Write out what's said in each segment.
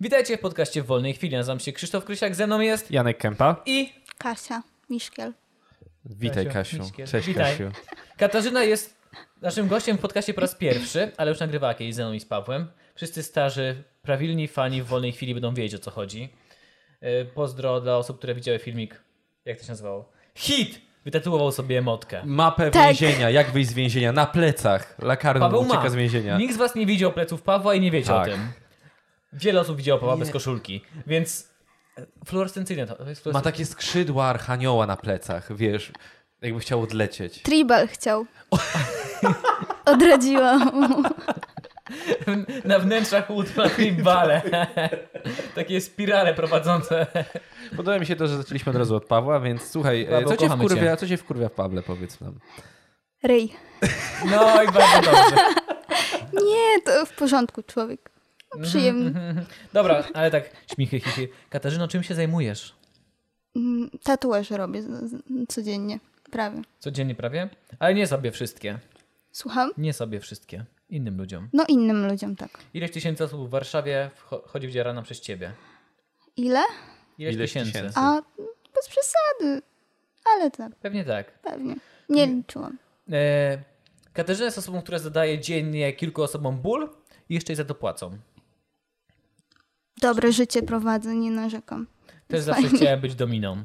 Witajcie w podcaście w wolnej chwili. Nazywam się Krzysztof Krysiak, ze mną jest Janek Kępa. i Kasia, Miszkiel. Witaj Kasiu. Kasiu. Miśkiel. Cześć Witaj. Kasiu. Katarzyna jest naszym gościem w podcaście po raz pierwszy, ale już nagrywała kiedyś ze mną i z Pawłem. Wszyscy starzy, prawilni fani w wolnej chwili będą wiedzieć o co chodzi. Yy, Pozdro dla osób, które widziały filmik, jak to się nazywało? Hit! Wytatuował sobie emotkę. Mapę Tak. więzienia. Jak wyjść z więzienia? Na plecach. Lakarną Paweł ucieka ma. z więzienia. Nikt z was nie widział pleców Pawła i nie wiecie Tak. o tym. Wiele osób widziało Pawła Nie. bez koszulki, więc e, fluorescencyjne to, to jest Ma fluorescencyjne. takie skrzydła archanioła na plecach, wiesz, jakby chciał odlecieć. Tribal chciał. Odradziłam. mu. Na wnętrzach łód ma bale. Takie spirale prowadzące. Podoba mi się to, że zaczęliśmy od razu od Pawła, więc słuchaj, e, Paweł, co cię kochamy cię. wkurwia, co cię wkurwia w Pawle, powiedz nam. Ryj. No i bardzo dobrze. Nie, to w porządku, człowiek. No, Przyjemny. Dobra, ale tak, śmichy, chichy. Katarzyno, czym się zajmujesz? Mm, Tatuaże robię z- z- codziennie. Prawie. Codziennie prawie? Ale nie sobie wszystkie. Słucham? Nie sobie wszystkie. Innym ludziom. No innym ludziom tak. Ileś tysięcy osób w Warszawie wcho- chodzi w dziarana przez ciebie? Ile? Ileś, Ileś tysięcy? tysięcy. A bez przesady. Ale tak, Pewnie tak. pewnie. Nie liczyłam. E, Katarzyna jest osobą, która zadaje dziennie kilku osobom ból i jeszcze jej za to płacą. Dobre życie prowadzę, nie narzekam. Też zawsze chciałem być dominą.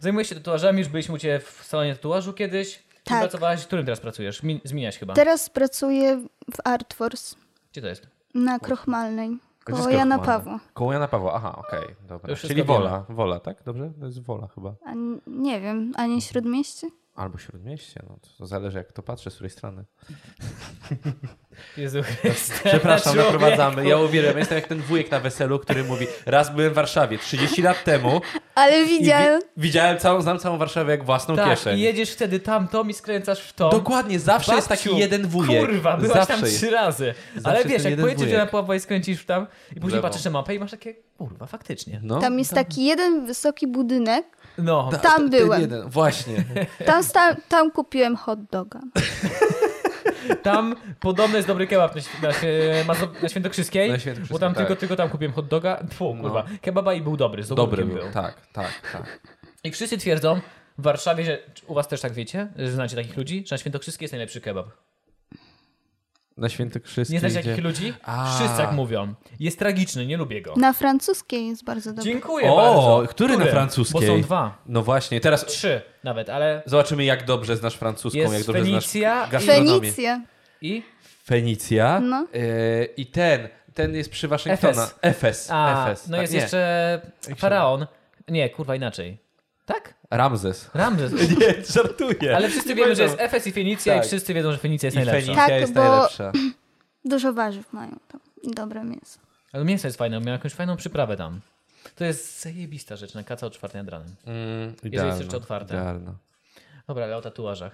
Zajmujesz się tatuażami, już byliśmy u Ciebie w salonie tatuażu kiedyś. Tak. Tak. Pracowałaś, w którym teraz pracujesz? Mi- zmieniasz chyba. Teraz pracuję w Artforce Gdzie to jest? na Krochmalnej. Gdzie Koło jest Jana Kochmana? Pawła. Koło Jana Pawła, aha, okej, To dobra. już Czyli wszystko Wola, Wola, tak? Dobrze? To jest Wola chyba. A n- nie wiem, a nie Śródmieście? Albo Śródmieście, no to zależy jak to patrzę, z której strony. Jezu Chryste. Przepraszam, człowieku. naprowadzamy. Ja uwielbiam, jestem jak ten wujek na weselu, który mówi, raz byłem w Warszawie 30 lat temu Ale I widziałem. Wi- widziałem całą, znam całą Warszawę jak własną Tak, kieszeń. i jedziesz wtedy tamtą i skręcasz w tą. Dokładnie, zawsze jest Babciu, taki jeden wujek. Kurwa, byłaś zawsze tam jest. trzy razy. Ale jest wiesz, ten jak jeden pojedziesz na wujek. Pawła i skręcisz w tam i później lewo. patrzysz na mapę i masz takie, kurwa, faktycznie. No, Tam jest taki jeden wysoki budynek. No, tam ten byłem. Jeden. Właśnie. Tam, sta- tam kupiłem hot doga. tam podobny jest dobry kebab na, świ- na, świe- Mazo- na Świętokrzyskiej, Na Świętokrzyskiej, bo tam tak. tylko, tylko tam kupiłem hot doga. Tfu, No. kurwa, kebaba i był dobry, z Dobry ogórkiem był. Tak, tak, tak. I wszyscy twierdzą w Warszawie, że czy u was też tak wiecie, że znacie takich ludzi, że na Świętokrzyskiej jest najlepszy kebab. Na Świętokrzyskiej. Nie znacie takich gdzie- ludzi? A. Wszyscy tak mówią. Jest tragiczny, nie lubię go. Na francuskiej jest bardzo dobry. Dziękuję O, bardzo. który na francuskiej? Bo są dwa. No właśnie, teraz Trzy nawet, ale zobaczymy jak dobrze znasz francuską, Jest jak dobrze Fenicja i- znasz gastronomię. Fenicja. i... Fenicja. No. E, I ten, ten jest przy Waszyngtona. Efes. Efes. A, Efes. no tak, jest nie. jeszcze Faraon. Nie, kurwa inaczej. Tak? Ramzes. Ramzes. Nie, żartuję. Ale wszyscy wiemy, że pamiętam. jest Efes i Fenicja Tak. i wszyscy wiedzą, że Fenicja jest I najlepsza. Fenicja Tak, jest bo- najlepsza. Dużo warzyw mają tam. I dobre mięso. Ale mięso jest fajne, miał jakąś fajną przyprawę tam. To jest zajebista rzecz na kaca o czwartej nad ranem. Mm, jest jeszcze otwarte. Idealne. Dobra, ale o tatuażach.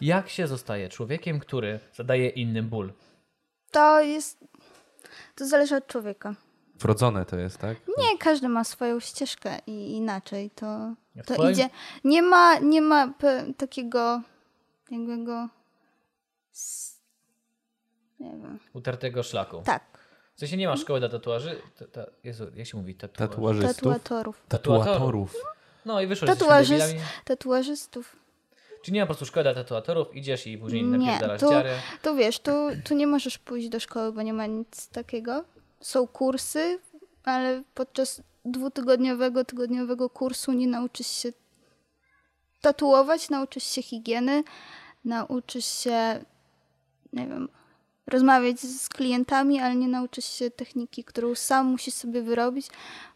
Jak się zostaje człowiekiem, który zadaje innym ból? To jest. To zależy od człowieka. Wrodzone to jest, tak? Nie, każdy ma swoją ścieżkę i inaczej to, Ja w to twoim- idzie. Nie ma, nie ma pe- takiego. Jakby go. s- Nie wiem. Utartego szlaku. Tak, W sensie nie ma szkoły dla tatuaży. Ta, ta, Jezu, jak się mówi? Tatuaż. Tatuażystów. tatuatorów. Tatuatorów. No i wyszło, że jesteśmy Tatuażyst, debilami. tatuażystów. Czy nie ma po prostu szkoły dla tatuatorów? Idziesz i później Nie, napierdalasz to- dziary. To wiesz, tu, tu nie możesz pójść do szkoły, bo nie ma nic takiego. Są kursy, ale podczas dwutygodniowego, tygodniowego kursu nie nauczysz się tatuować, nauczysz się higieny, nauczysz się, nie wiem, rozmawiać z klientami, ale nie nauczysz się techniki, którą sam musisz sobie wyrobić,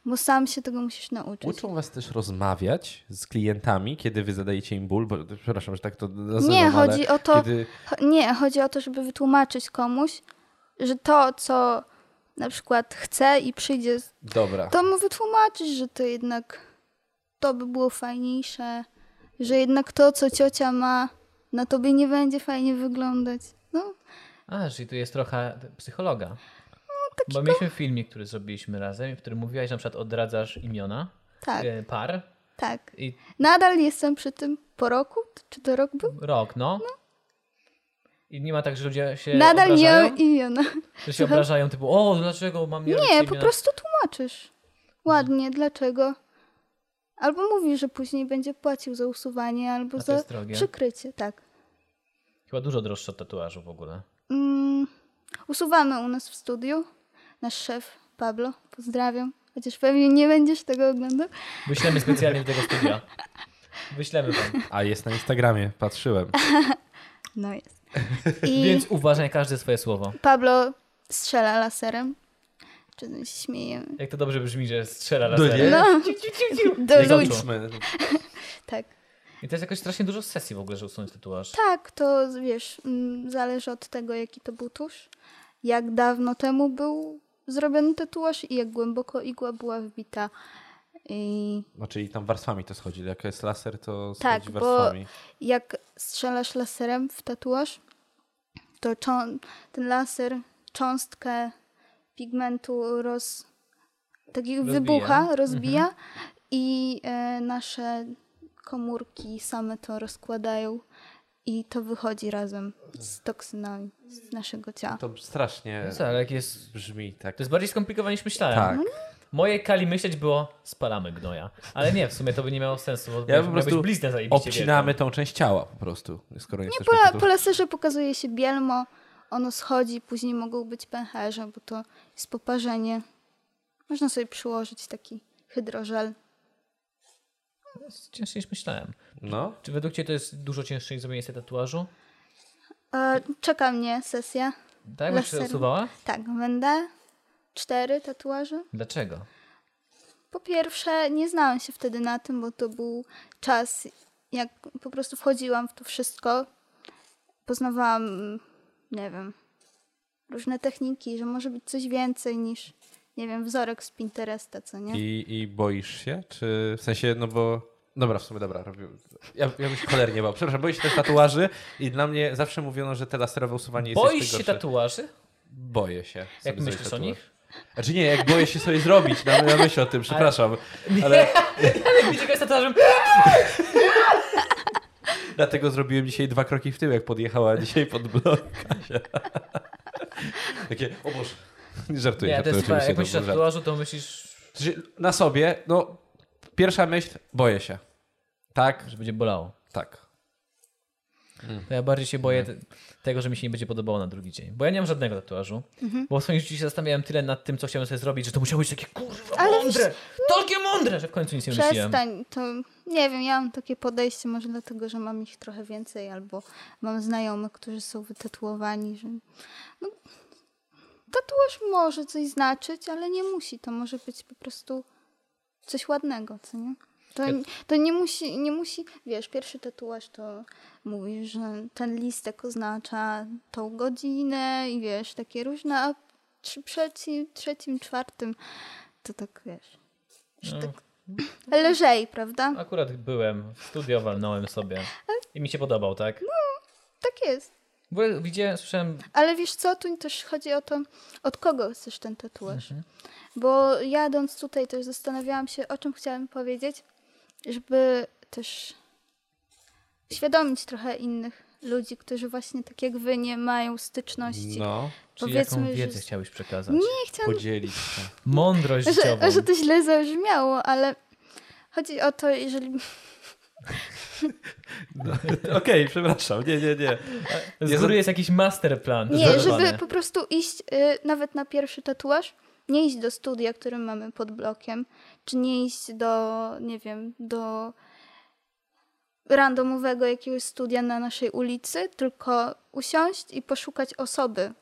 bo sam się tego musisz nauczyć. Uczą was też rozmawiać z klientami, kiedy wy zadajecie im ból, bo przepraszam, że tak to nazywam, Nie, ale chodzi o to, Kiedy... Cho- Nie, chodzi o to, żeby wytłumaczyć komuś, że to, co na przykład chce i przyjdzie, z- Dobra. to mu wytłumaczyć, że to jednak to by było fajniejsze, że jednak to, co ciocia ma, na tobie nie będzie fajnie wyglądać. No, A, czyli tu jest trochę psychologa. Bo mieliśmy filmik, który zrobiliśmy razem, w którym mówiłaś, że na przykład odradzasz imiona tak, e, par tak. i Nadal jestem przy tym po roku, czy to rok był? rok, no. I nie ma tak, że ludzie się No. Nadal obrażają? nie imiona. Że się obrażają typu, o, dlaczego mam nie robić Nie, po imienia?" prostu tłumaczysz. Ładnie, dlaczego. Albo mówi, że później będzie płacił za usuwanie, albo A to za jest drogie. przykrycie, tak. Chyba dużo droższe od tatuażu w ogóle. Mm, usuwamy u nas w studiu. Nasz szef Pablo, pozdrawiam. Chociaż pewnie nie będziesz tego oglądał. Wyślemy specjalnie do tego studia. Wyślemy wam. A jest na Instagramie, patrzyłem. No jest. I Więc uważaj na każde swoje słowo. Pablo strzela laserem. Czy no się śmieje? Jak to dobrze brzmi, że strzela No nie? laserem. No, do Jego ludzi. czuł. Tak. I to jest jakoś strasznie dużo sesji w ogóle, że usunąć tatuaż. Tak, to wiesz, mm, zależy od tego, jaki to był tusz, jak dawno temu był zrobiony tatuaż i jak głęboko igła była wbita. I No czyli tam warstwami to schodzi. Jak jest laser, to Tak, schodzi bo- warstwami. jak strzelasz laserem w tatuaż, to cząst- ten laser cząstkę pigmentu roz, taki Rozbija. wybucha, rozbija i e, nasze komórki same to rozkładają i to wychodzi razem z toksynami z naszego ciała. To strasznie No co, ale jak jest... brzmi tak. To jest bardziej skomplikowane niż myślałem. Tak. No Mojej kali myśleć było, spalamy gnoja. Ale nie, w sumie to by nie miało sensu, bo Ja ja po miał być prostu bliznę zajebiście Obcinamy tą część ciała po prostu, skoro nie chcesz mieć Po, tatuażu. po laserze pokazuje się bielmo, ono schodzi, później mogą być pęcherze, bo to jest poparzenie. Można sobie przyłożyć taki hydrożel. wielką. To jest Cięższe niż myślałem. No, Czy według Ciebie to jest dużo cięższe niż zrobienie sobie tatuażu? E, czeka mnie sesja. Tak, bo się Laserem. usuwała? Tak, będę. Cztery tatuaże. Dlaczego? Po pierwsze, nie znałam się wtedy na tym, bo to był czas, jak po prostu wchodziłam w to wszystko. Poznawałam, nie wiem, różne techniki, że może być coś więcej niż, nie wiem, wzorek z Pinteresta, co nie? I, I boisz się? Czy w sensie, no bo. Dobra, w sumie dobra, robił. Ja, ja bym się cholernie bał. Przepraszam, boję się też tatuaży i dla mnie zawsze mówiono, że te laserowe usuwanie jest Boisz jeszcze się gorsze. tatuaży? Boję się. sobie Jak zrobić myślisz o tatuaż. nich? Znaczy nie, jak boję się sobie zrobić, no, na, na myśl o tym, przepraszam. Ale Ale widzicie, jest tatuażem. dlatego zrobiłem dzisiaj dwa kroki w tył, jak podjechała dzisiaj pod blok. Kasia. Takie, o Boże. Żartuję, Nie, to żartuję jest chyba, oczywiście. jak To myślisz o był żart. tatuażu, to myślisz, Znaczy, na sobie, no, pierwsza myśl, boję się. Tak, że będzie bolało. tak. Mm. To ja bardziej się boję te, tego, że mi się nie będzie podobało na drugi dzień. Bo ja nie mam żadnego tatuażu. Mhm. Bo w swoim życiu się zastanawiałem tyle nad tym, co chciałem sobie zrobić, że to musiało być takie kurwa Ale wiesz, mądre. Takie mądre, że w końcu nic nie wymyśliłem. Przestań, to nie wiem, ja mam takie podejście, może dlatego, że mam ich trochę więcej, albo mam znajomych, którzy są wytatuowani, że no, tatuaż może coś znaczyć, ale nie musi, to może być po prostu coś ładnego, co nie? To, Ja- to nie, musi, nie musi, wiesz, pierwszy tatuaż to mówi, że ten listek oznacza tą godzinę i wiesz, takie różne, a przy trzecim, trzecim czwartym to tak, wiesz, że No. tak Lżej, prawda? Akurat byłem, w studio walnąłem sobie i mi się podobał, tak? Tak jest. W ogóle widziałem, słyszałem, Ale wiesz co, tu też chodzi o to, od kogo chcesz ten tatuaż. Mhm. Bo jadąc tutaj też zastanawiałam się, o czym chciałam powiedzieć, żeby też uświadomić trochę innych ludzi, którzy właśnie tak jak wy nie mają styczności. No, czy jaką wiedzę że... chciałeś przekazać. Nie chciałam, podzielić się. Mądrość życiową. że, że to źle zabrzmiało, ale chodzi o to, jeżeli Okej, przepraszam, nie, nie, nie. Z góry jest jakiś masterplan. Nie, zbudowany. żeby po prostu iść y, nawet na pierwszy tatuaż, nie iść do studia, który mamy pod blokiem, czy nie iść do, nie wiem, do randomowego jakiegoś studia na naszej ulicy, tylko usiąść i poszukać osoby,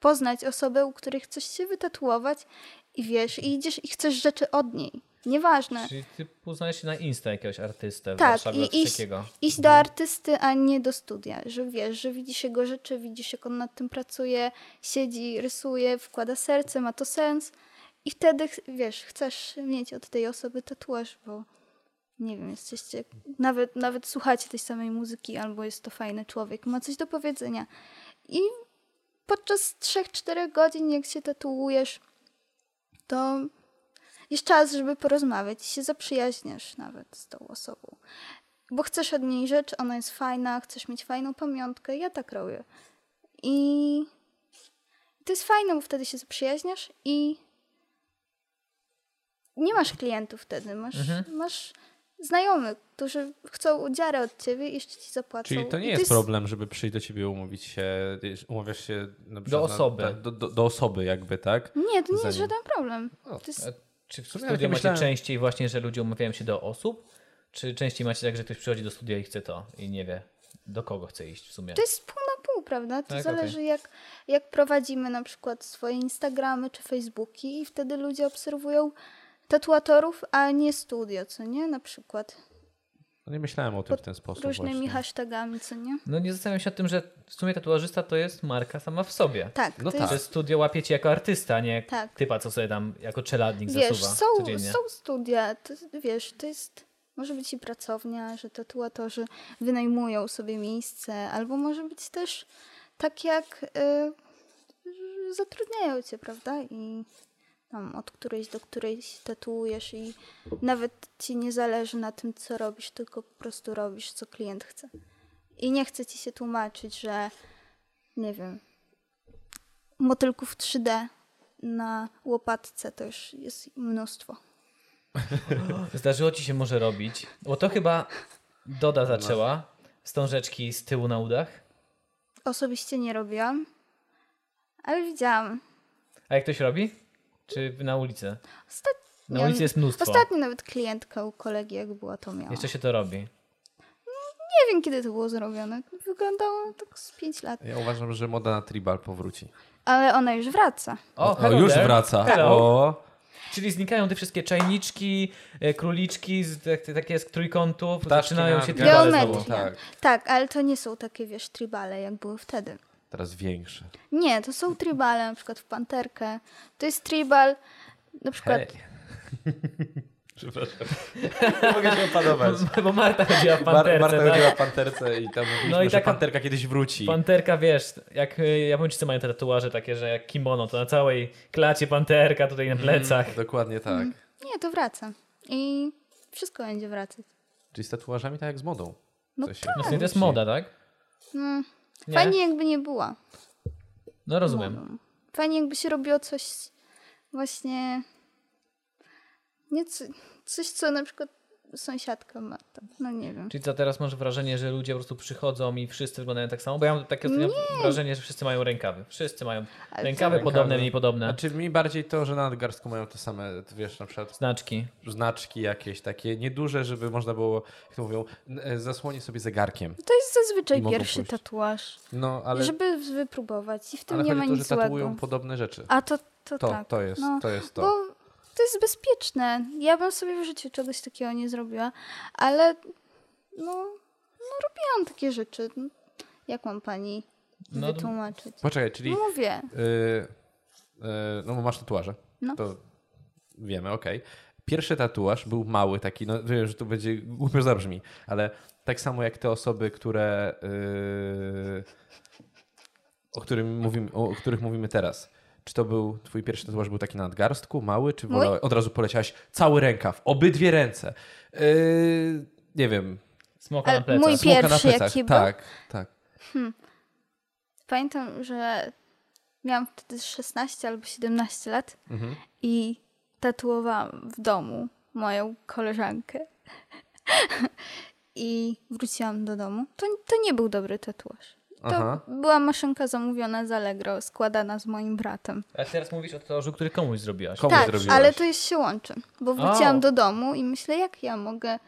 poznać osobę, u której chcesz się wytatuować i wiesz, i idziesz i chcesz rzeczy od niej. Nieważne. Czyli ty poznajesz się na Insta jakiegoś artystę w Tak, Warszawie i i, iść, takiego. iść do artysty, a nie do studia, że wiesz, że widzisz jego rzeczy, widzisz jak on nad tym pracuje, siedzi, rysuje, wkłada serce, ma to sens i wtedy, ch- wiesz, chcesz mieć od tej osoby tatuaż, bo nie wiem, jesteście, nawet, nawet słuchacie tej samej muzyki, albo jest to fajny człowiek, ma coś do powiedzenia. I podczas 3-4 godzin, jak się tatuujesz, to jest czas, żeby porozmawiać i się zaprzyjaźniasz nawet z tą osobą. Bo chcesz od niej rzecz, ona jest fajna, chcesz mieć fajną pamiątkę, ja tak robię. I to jest fajne, bo wtedy się zaprzyjaźniasz i nie masz klientów wtedy. Masz, Mhm. masz znajomych, którzy chcą dziarę od ciebie i jeszcze ci zapłacą. Czyli to I nie jest problem, żeby przyjść do ciebie i umówić się, wiesz, umawiasz się na przykład na- osoby. na- do, do, do osoby jakby, tak? Nie, to nie Zanim- jest żaden problem. O, To jest, Czy w sumie studiu tak macie myślałem. częściej właśnie, że ludzie umawiają się do osób? Czy częściej macie tak, że ktoś przychodzi do studia i chce to i nie wie, do kogo chce iść w sumie? to jest pół na pół, prawda? To Tak, zależy jak, jak prowadzimy na przykład swoje Instagramy czy Facebooki i wtedy ludzie obserwują tatuatorów, a nie studio, co nie? Na przykład No nie myślałem o tym w ten sposób różnymi właśnie. hashtagami, co nie? No nie zastanawiam się nad tym, że w sumie tatuażysta to jest marka sama w sobie. Tak, No to tak. jest Że studio łapie cię jako artysta, a nie jak Tak. typa, co sobie tam jako czeladnik Wiesz, zasuwa są, codziennie. są studia, to, wiesz, to jest, może być i pracownia, że tatuatorzy wynajmują sobie miejsce, albo może być też tak jak y, że zatrudniają cię, prawda? I tam od którejś do którejś tatuujesz i nawet ci nie zależy na tym, co robisz, tylko po prostu robisz, co klient chce. I nie chce ci się tłumaczyć, że nie wiem, motylków 3D na łopatce to już jest mnóstwo. Zdarzyło ci się może robić, bo to chyba No. Doda zaczęła, wstążeczki z tyłu na udach. Osobiście nie robiłam, ale widziałam. A jak ktoś robi? Czy na ulicy? Ostatnio, Na ulicy No, jest mnóstwo. ostatnio nawet klientka u kolegi, jak była, to miała. Jeszcze się to robi. Nie wiem, kiedy to było zrobione. Wyglądało tak z 5 lat. Ja uważam, że moda na tribal powróci. Ale ona już wraca. O, o, hello już there. wraca. Hello. O, Czyli znikają te wszystkie czajniczki, e, króliczki, z, tak- takie z trójkątów, ptaszki zaczynają na się gwiazdach. tribale Geometria. znowu. Tak, Tak, ale to nie są takie, wiesz, tribale, jak były wtedy. teraz większe. Nie, to są tribale, na przykład w panterkę. To jest tribal, na przykład Przepraszam. Nie mogę się opanować. Bo- Bo Marta chodziła w Mar- panterce, Marta tak? chodziła w panterce i tam mówiliśmy, No i że taka- panterka kiedyś wróci. Panterka, wiesz, jak y, Japończycy mają te tatuaże takie, że jak kimono, to na całej klacie panterka, tutaj na Mhm. plecach. Dokładnie tak. Mm. nie, to wraca. I wszystko będzie wracać. Czyli z tatuażami tak jak z modą. No Coś się No w wróci. sumie to jest moda, tak? Mm, Nie? fajnie jakby nie była. No rozumiem. modą. Fajnie jakby się robiło coś właśnie nie co, coś, co na przykład sąsiadka ma. Tam. No nie wiem. Czyli co, teraz masz wrażenie, że ludzie po prostu przychodzą i wszyscy wyglądają tak samo? Bo ja mam takie ostatnio wrażenie, że wszyscy mają rękawy. Wszyscy mają Ale rękawy co? podobne, Rękawy. mniej podobne. Znaczy mi bardziej to, że na nadgarstku mają te same, wiesz, na przykład Znaczki. znaczki jakieś takie nieduże, żeby można było, jak to mówią, n- e, zasłonię sobie zegarkiem. To jest I zazwyczaj mogą pierwszy pójść. tatuaż, No, ale, żeby wypróbować i w tym ale nie chodzi ma o to, że nic złego. tatuują podobne rzeczy. A to, to, To, tak. to jest, no. to jest to. Bo to jest bezpieczne. Ja bym sobie w życiu czegoś takiego nie zrobiła, ale no, no robiłam takie rzeczy. Jak mam pani No, wytłumaczyć? Poczekaj, czyli Mówię. y, y, no bo masz tatuaże. No. To wiemy, okej. Pierwszy tatuaż był mały taki, no wiem, że to będzie głupio zabrzmi, ale tak samo jak te osoby, które y, o, którym mówimy, o, o których mówimy teraz. Czy to był twój pierwszy tatuaż był taki na nadgarstku, mały, czy Mój? wolałeś, od razu poleciałaś cały rękaw, obydwie ręce? Y, nie wiem. Smoka Ale na plecach. mój smoka na Pierwszy plecach. jaki był? Tak, tak. Pamiętam, że miałam wtedy 16 albo 17 lat Mhm. i tatuowałam w domu moją koleżankę. I wróciłam do domu. To, to nie był dobry tatuaż. To Aha. była maszynka zamówiona z Allegro, składana z moim bratem. A teraz mówisz o tatuażu, który komuś zrobiłaś. Komu tak, zrobiłaś? ale to jest się łączy, bo wróciłam O. do domu i myślę, jak ja mogę.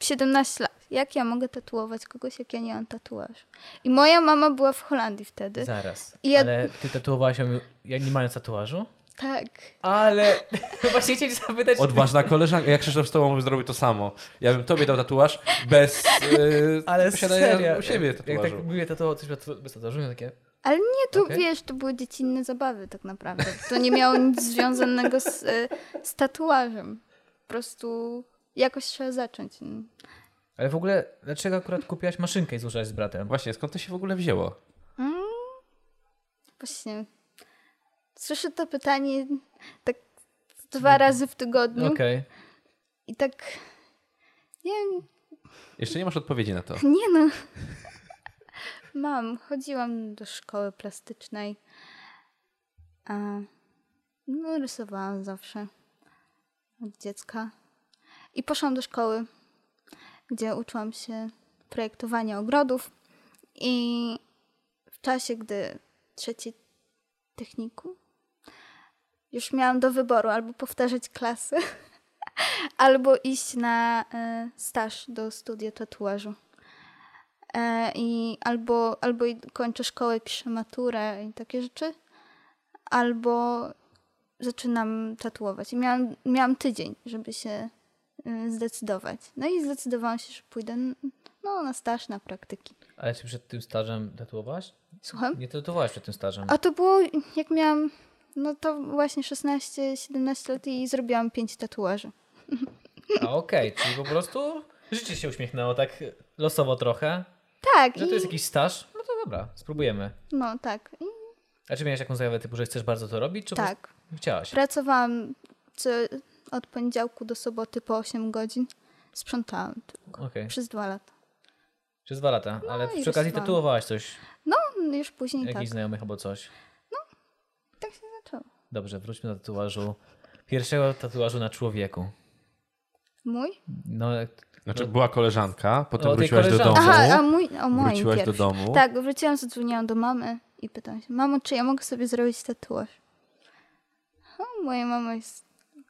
17 lat. Jak ja mogę tatuować kogoś, jak ja nie mam tatuażu? I moja mama była w Holandii wtedy. Zaraz. I ja- Ale ty tatuowałaś ją ja nie mając tatuażu? Tak. Ale właśnie chcieli zapytać. Odważna koleżanka. Jak Krzysztof z tobą zrobił to samo. Ja bym tobie dał tatuaż bez yy, Ale posiadania serio, u siebie jak, jak tatuażu. tak mówię tatuował coś bez bez tatuażu, miałem takie. Ale nie, to Okej. wiesz, to były dziecinne zabawy tak naprawdę. To nie miało nic związanego z, e, z tatuażem. Po prostu jakoś trzeba zacząć. no. Ale w ogóle, dlaczego akurat kupiłaś maszynkę i złożyłaś z bratem? Właśnie, skąd to się w ogóle wzięło? Właśnie. Słyszę to pytanie tak dwa razy w tygodniu Mhm. Okej. i tak... Nie, Jeszcze nie masz odpowiedzi na to. nie no. Mam, chodziłam do szkoły plastycznej. A, no, rysowałam zawsze od dziecka. I poszłam do szkoły, gdzie uczyłam się projektowania ogrodów. I w czasie, gdy trzeci techniku, już miałam do wyboru albo powtarzać klasy, albo iść na e, staż do studia tatuażu. E, I albo, albo i- kończę szkołę, piszę maturę i takie rzeczy, albo zaczynam tatuować. I miałam, miałam tydzień, żeby się e, zdecydować. No i zdecydowałam się, że pójdę n- no, na staż, na praktyki. Ale czy przed tym stażem tatuowałaś? Słucham? Nie tatuowałaś przed tym stażem. A to było, jak miałam, no to właśnie 16-17 lat i zrobiłam 5 tatuaży. A okej, czyli po prostu życie się uśmiechnęło tak losowo trochę, Tak, że i, to jest jakiś staż. No to dobra, spróbujemy. no tak, i A czy miałeś jakąś zajawę typu, że chcesz bardzo to robić, czy po tak. prostu chciałaś? Pracowałam co, od poniedziałku do soboty po 8 godzin. Sprzątałam tylko Okej, przez dwa lata. przez dwa lata, ale No i przy okazji rysowałam. tatuowałaś coś, No, Już później jakichś tak. znajomych albo coś. Tak się zaczęło. Dobrze, wróćmy do tatuażu. Pierwszego tatuażu na człowieku. Mój? No, Znaczy była koleżanka, potem O, tej wróciłaś do domu. koleżanki. Aha, a mój, o moim Wróciłaś do pierwszy. domu. Tak, wróciłam, zadzwoniłam do mamy i pytałam się, mamo, czy ja mogę sobie zrobić tatuaż? O, moja mama jest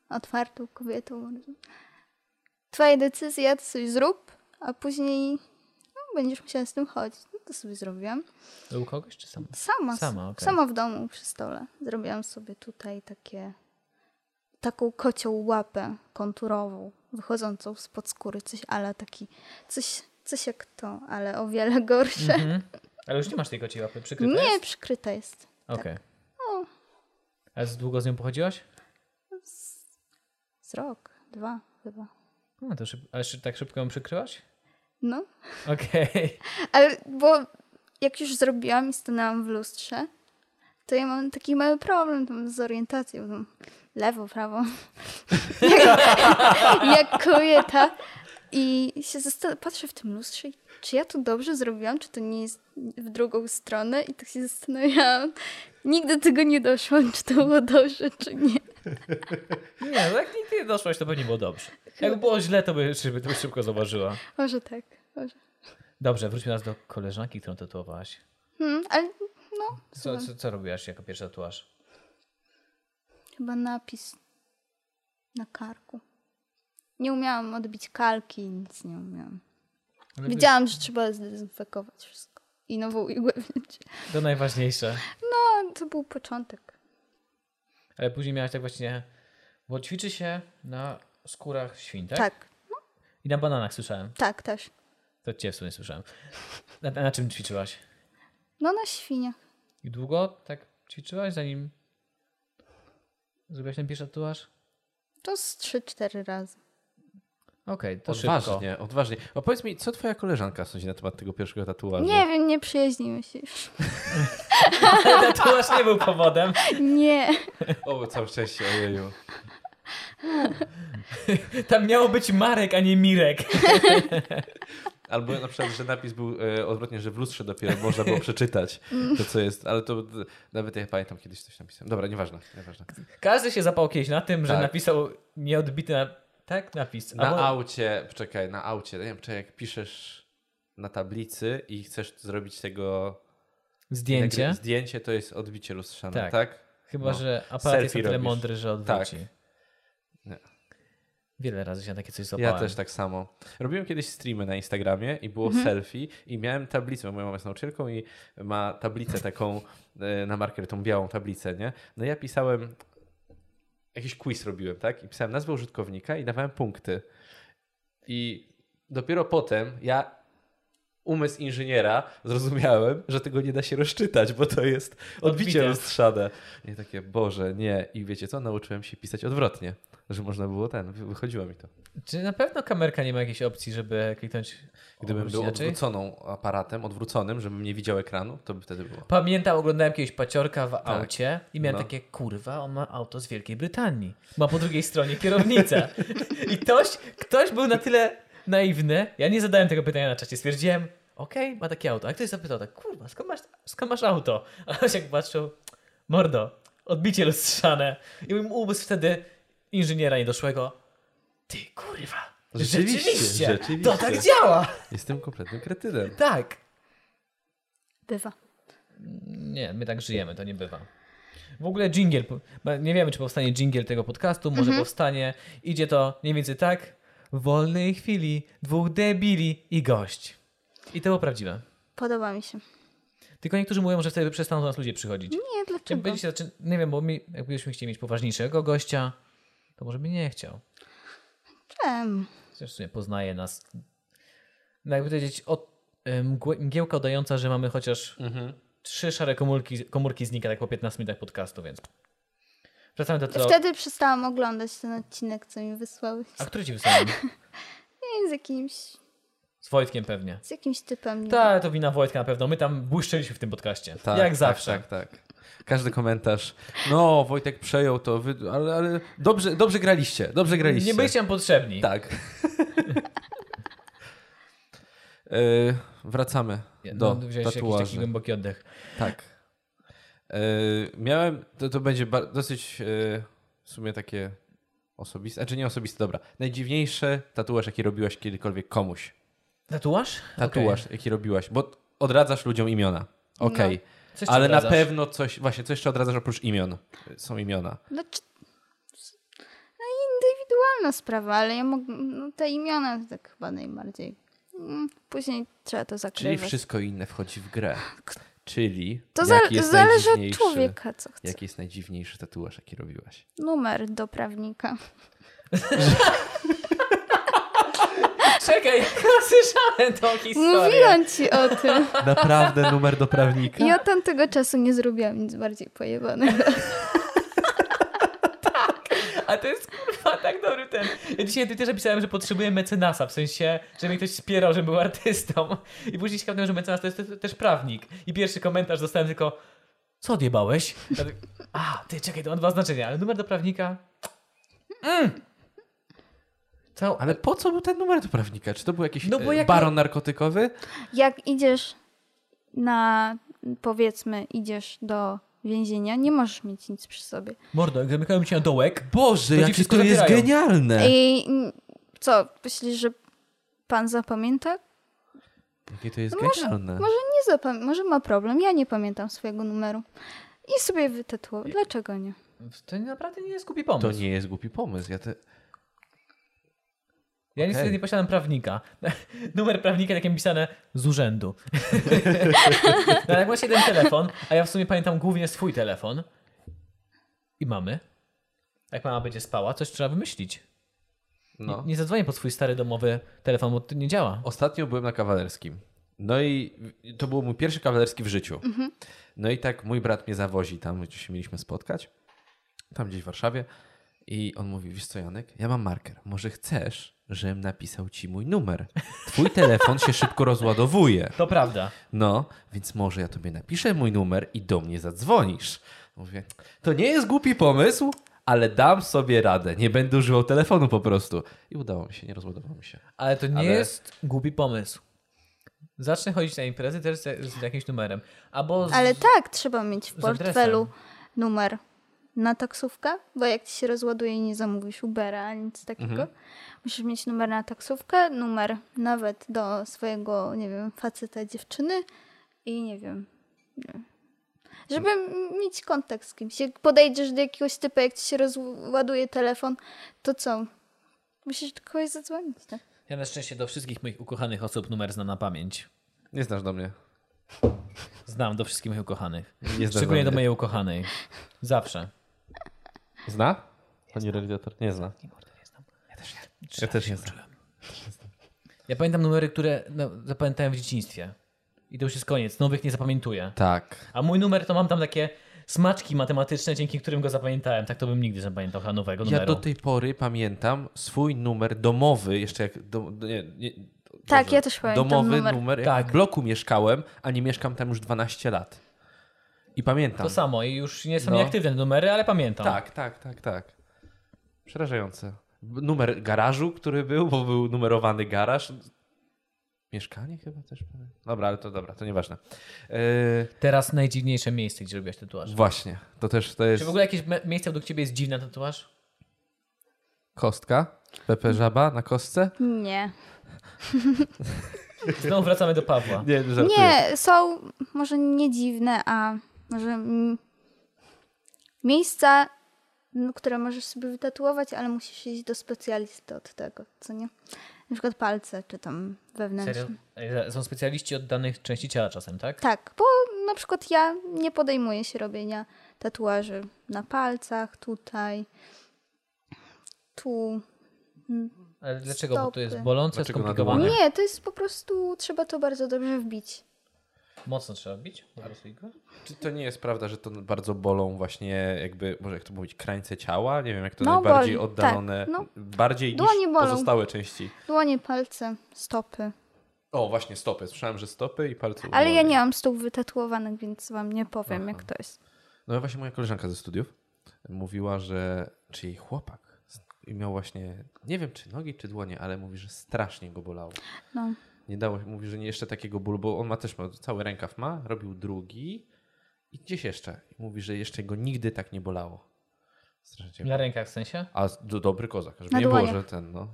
otwartą kobietą. Twoja decyzja, to sobie zrób, a później no, będziesz musiała z tym chodzić. No to sobie zrobiłam. u kogoś czy sam? Sama, Sama, sama, okej. sama w domu przy stole. Zrobiłam sobie tutaj takie, taką kocią łapę konturową, wychodzącą spod skóry, coś ale taki, coś, coś jak to, ale o wiele gorsze. Mhm. Ale już nie masz tej kociej łapy, przykryta Nie, jest? przykryta jest. Okej. A z długo z nią pochodziłaś? Z rok, dwa chyba. No, to szyb... Ale szy... tak szybko ją przykryłaś? No, Okej. ale bo jak już zrobiłam i stanęłam w lustrze, to ja mam taki mały problem tam z orientacją. Tam lewo, prawo. jak, jak kobieta. I się zastan- patrzę w tym lustrze, i czy ja to dobrze zrobiłam, czy to nie jest w drugą stronę. I tak się zastanawiałam. Nigdy do tego nie doszłam, czy to było dobrze, czy nie. Nie, no jak nigdy nie doszłaś, to pewnie było dobrze. Jak było źle, to by, to by szybko zauważyła. Może tak, może. Dobrze, wróćmy teraz do koleżanki, którą tatuowałaś. Hmm, ale no, Co, co, co robiłaś jako pierwszy tatuaż? Chyba napis na karku. Nie umiałam odbić kalki, nic nie umiałam. Ale Wiedziałam, że trzeba zdezynfekować wszystko i nową igłę wziąć. To najważniejsze. No, to był początek. Ale później miałaś tak właśnie, bo ćwiczy się na skórach świn, tak? Tak, tak, I na bananach słyszałem. też. To cię w sumie słyszałem. Na, na czym ćwiczyłaś? No, na świniach. I długo tak ćwiczyłaś, zanim zrobiłaś ten pierwszy tatuaż? To z 3-4 razy. Okej, to szybko. Odważnie, odważnie. Opowiedz mi, co twoja koleżanka sądzi na temat tego pierwszego tatuażu? Nie wiem, nie przyjaźnimy się już. Tatuaż nie był powodem. Nie. O, całe szczęście, ojeju. Tam miało być Marek, a nie Mirek. Albo na przykład, że napis był e, odwrotnie, że w lustrze dopiero można było przeczytać to, co jest. Ale to d- nawet ja pamiętam kiedyś coś napisałem. Dobra, nieważne, nieważne. Każdy się zapał kiedyś na tym, że Tak. napisał nieodbity na... tak napis. Na Albo- aucie, czekaj, na aucie, nie wiem, czy jak piszesz na tablicy i chcesz zrobić tego Zdjęcie. nagry- zdjęcie to jest odbicie lustrzane, Tak. tak? Chyba, No. że aparat jest na Selfie tyle robisz. Tak. mądry, że odwróci. Nie. Wiele razy się na takie coś Ja złapałem. też tak samo. Robiłem kiedyś streamy na Instagramie i było selfie i miałem tablicę, bo moja mama jest nauczycielką i ma tablicę taką e, na marker, tą białą tablicę, nie? No i ja pisałem, jakiś quiz robiłem, tak? I pisałem nazwę użytkownika i dawałem punkty. I dopiero potem ja umysł inżyniera zrozumiałem, że tego nie da się rozczytać, bo to jest odbicie Odbite. lustrzane. I takie, Boże, nie. I wiecie co? Nauczyłem się pisać odwrotnie, że można było ten, wy- wychodziło mi to. Czy na pewno kamerka nie ma jakiejś opcji, żeby kliknąć Gdybym obróć był odwróconą aparatem, odwróconym, żebym nie widział ekranu, to by wtedy było. Pamiętam, oglądałem kiedyś paciorka w aucie i miałem Tak. No. takie, kurwa, on ma auto z Wielkiej Brytanii. Ma po drugiej stronie kierownicę. I ktoś, ktoś był na tyle naiwny, ja nie zadałem tego pytania na czacie, stwierdziłem, okej, ma takie auto. A ktoś zapytał tak, kurwa, skąd masz, skąd masz auto? A on jak patrzył, mordo, odbicie lustrzane. I mój umysł wtedy inżyniera niedoszłego, ty kurwa, Rzeczywiście, rzeczywiście, rzeczywiście. to tak działa. Jestem kompletnym kretynem. Tak. Bywa. Nie, my tak żyjemy, to nie bywa. W ogóle jingle, po- bo nie wiemy czy powstanie jingle tego podcastu, może powstanie. Idzie to mniej więcej tak, w wolnej chwili, dwóch debili i gość. I to było prawdziwe. Podoba mi się. Tylko niektórzy mówią, że wtedy przestaną do nas ludzie przychodzić. Nie, Czy dlaczego? będziecie, zaczyn- nie wiem, bo mi, jakbyśmy chcieli mieć poważniejszego gościa, to może by nie chciał. Czemu? Chociaż w sumie poznaje nas. No jakby powiedzieć, o, y, mgłę- mgiełka udająca, że mamy chociaż Mhm. trzy szare komórki, komórki znika tak po 15 minutach podcastu, więc wracamy do tego. Wtedy przestałam oglądać ten odcinek, co mi wysłałeś. A który ci wysłałem? Nie, z jakimś, Z Wojtkiem pewnie. z jakimś typem. nie Ta, to wina Wojtka na pewno. My tam błyszczeliśmy w tym podcaście. Jak zawsze. Tak, tak, tak. Każdy komentarz. No, Wojtek przejął to, wy... ale, ale dobrze, dobrze graliście, dobrze graliście. Nie byliście nam potrzebni. Tak. E, wracamy no, do wziąłeś jakiś taki tatuaży. głęboki oddech. Tak. E, miałem, to, to będzie ba- dosyć e, w sumie takie osobiste, znaczy nie osobiste, dobra. Najdziwniejszy tatuaż, jaki robiłaś kiedykolwiek komuś. Tatuaż? Tatuaż, jaki robiłaś, bo odradzasz ludziom imiona. No. Okej. Coś ci Ale na odradzasz. pewno coś, właśnie, co jeszcze odradzasz oprócz imion? Są imiona. Znaczy, no indywidualna sprawa, ale ja mogę, no te imiona tak chyba najbardziej. Mm, Później trzeba to Czyli zakrywać. wszystko inne wchodzi w grę. Czyli To jaki zale- jest zależy od najdziwniejszy- człowieka, co chce. Jaki jest najdziwniejszy tatuaż, jaki robiłaś? Numer do prawnika. Czekaj, ja słyszałem tą historię. Mówiłam ci o tym. Naprawdę numer do prawnika? I od tamtego czasu nie zrobiłam nic bardziej pojebanego. A to jest kurwa tak dobry ten. Ja dzisiaj ty też napisałem, że potrzebuję mecenasa, w sensie, żeby mnie ktoś wspierał, żebym był artystą. I później się skapnąłem, że mecenas to jest te- też prawnik. I pierwszy komentarz dostałem tylko co odjebałeś? Ja tak, A, ty czekaj, to ma dwa znaczenia, ale numer do prawnika... Mm. To, Ale po co był ten numer do prawnika? Czy to był jakiś No bo e, jak- baron narkotykowy? Jak idziesz na, powiedzmy, idziesz do więzienia, nie możesz mieć nic przy sobie. mordo, jak zamykają cię na dołek, Boże, To ci jakie wszystko to jest zabierają. genialne! I mm, co, myślisz, że pan zapamięta? Jakie to jest no może- genialne. Może nie zapamię- może ma problem, ja nie pamiętam swojego numeru. I sobie wytatuował. Dlaczego nie? to naprawdę nie jest głupi pomysł. To nie jest głupi pomysł. Ja te... Ja niestety Okej. nie posiadam prawnika. Numer prawnika takim pisane z urzędu. no, ale masz jeden telefon, a ja w sumie pamiętam głównie swój telefon. I mamy. Jak mama będzie spała, coś trzeba wymyślić. no. Nie zadzwonię po swój stary domowy telefon, bo to nie działa. Ostatnio byłem na kawalerskim. No i to był mój pierwszy kawalerski w życiu. Mhm. No i tak mój brat mnie zawozi tam, gdzie się mieliśmy spotkać. Tam gdzieś w Warszawie. I on mówi, wiesz co Janek, ja mam marker. Może chcesz, żebym napisał ci mój numer? Twój telefon się szybko rozładowuje. To prawda. No, więc może ja tobie napiszę mój numer i do mnie zadzwonisz. Mówię, to nie jest głupi pomysł, ale dam sobie radę. Nie będę używał telefonu po prostu. I udało mi się, nie rozładowało mi się. Ale to nie Ale- jest głupi pomysł. Zacznę chodzić na imprezy też z, z jakimś numerem. Albo z, Ale tak, trzeba mieć w z portfelu adresem. numer na taksówkę, bo jak ci się rozładuje i nie zamówisz Ubera, ani nic takiego, Mhm. musisz mieć numer na taksówkę, numer nawet do swojego, nie wiem, faceta, dziewczyny i nie wiem. nie. Żeby m- mieć kontakt z kimś. Jak podejdziesz do jakiegoś typa, jak ci się rozładuje telefon, to co? Musisz do kogoś zadzwonić, tak? Ja na szczęście do wszystkich moich ukochanych osób numer znam na pamięć. Nie znasz do mnie. Znam do wszystkich moich ukochanych. Nie zna Szczególnie do do mnie. mojej ukochanej. Zawsze. Zna? Pani realizator? Nie zna. Ja też nie znam. Ja pamiętam numery, które no, zapamiętałem w dzieciństwie. I to już jest koniec. Nowych nie zapamiętuję. Tak. A mój numer to mam tam takie smaczki matematyczne, dzięki którym go zapamiętałem. Tak to bym nigdy nie zapamiętał chyba nowego Ja numeru. do tej pory pamiętam swój numer domowy, jeszcze jak... Do, do, nie, nie, Tak, Boże, ja też pamiętam Domowy numer. numer, Tak. jak w bloku mieszkałem, a nie mieszkam tam już 12 lat. I pamiętam. To samo i już nie są No. nieaktywne numery, ale pamiętam. Tak, tak, tak, tak. Przerażające. B- Numer garażu, który był, bo był numerowany garaż. Mieszkanie chyba też. pamię- Dobra, ale to dobra, to nieważne. Yy, Teraz najdziwniejsze miejsce, gdzie robiłaś tatuaż. właśnie, to też to jest Czy w ogóle jakieś me- miejsce według ciebie jest dziwny na tatuaż? kostka, Pepe żaba na kostce? Nie. Znowu wracamy do Pawła. Nie, żartuję. Nie, są może nie dziwne, a może mm, miejsca, no, które możesz sobie wytatuować, ale musisz iść do specjalisty od tego, co nie? Na przykład palce, czy tam wewnętrzne. Serio? Ej, Są specjaliści od danych części ciała czasem, tak? Tak, bo na przykład ja nie podejmuję się robienia tatuaży na palcach, tutaj, tu. Ale dlaczego? Bo to jest Stopy. bolące, Dlaczego na skomplikowane. dłoni? Nie, to jest po prostu, trzeba to bardzo dobrze wbić. Mocno trzeba bić? Po prostu i go? Czy to Tak. nie jest prawda, że to bardzo bolą właśnie jakby, może jak to mówić, krańce ciała? Nie wiem, jak to No, najbardziej boli, oddalone, tak, no. bardziej Dłonie niż bolą. pozostałe części. Dłonie, palce, stopy. O, właśnie stopy. Słyszałem, że stopy i palce. u Ale ja nogi. nie mam stóp wytatuowanych, więc wam nie powiem, jak to jest. No właśnie moja koleżanka ze studiów mówiła, że czy jej chłopak i miał właśnie, nie wiem czy nogi, czy dłonie, ale mówi, że strasznie go bolało. No. Nie dało, mówi, że nie jeszcze takiego bólu, bo on ma też, ma, cały rękaw ma, robił drugi i gdzieś jeszcze. I mówi, że jeszcze go nigdy tak nie bolało. Strasznie. Na rękach w sensie? A do, dobry kozak, żeby Na nie było, dłonie. że ten, no.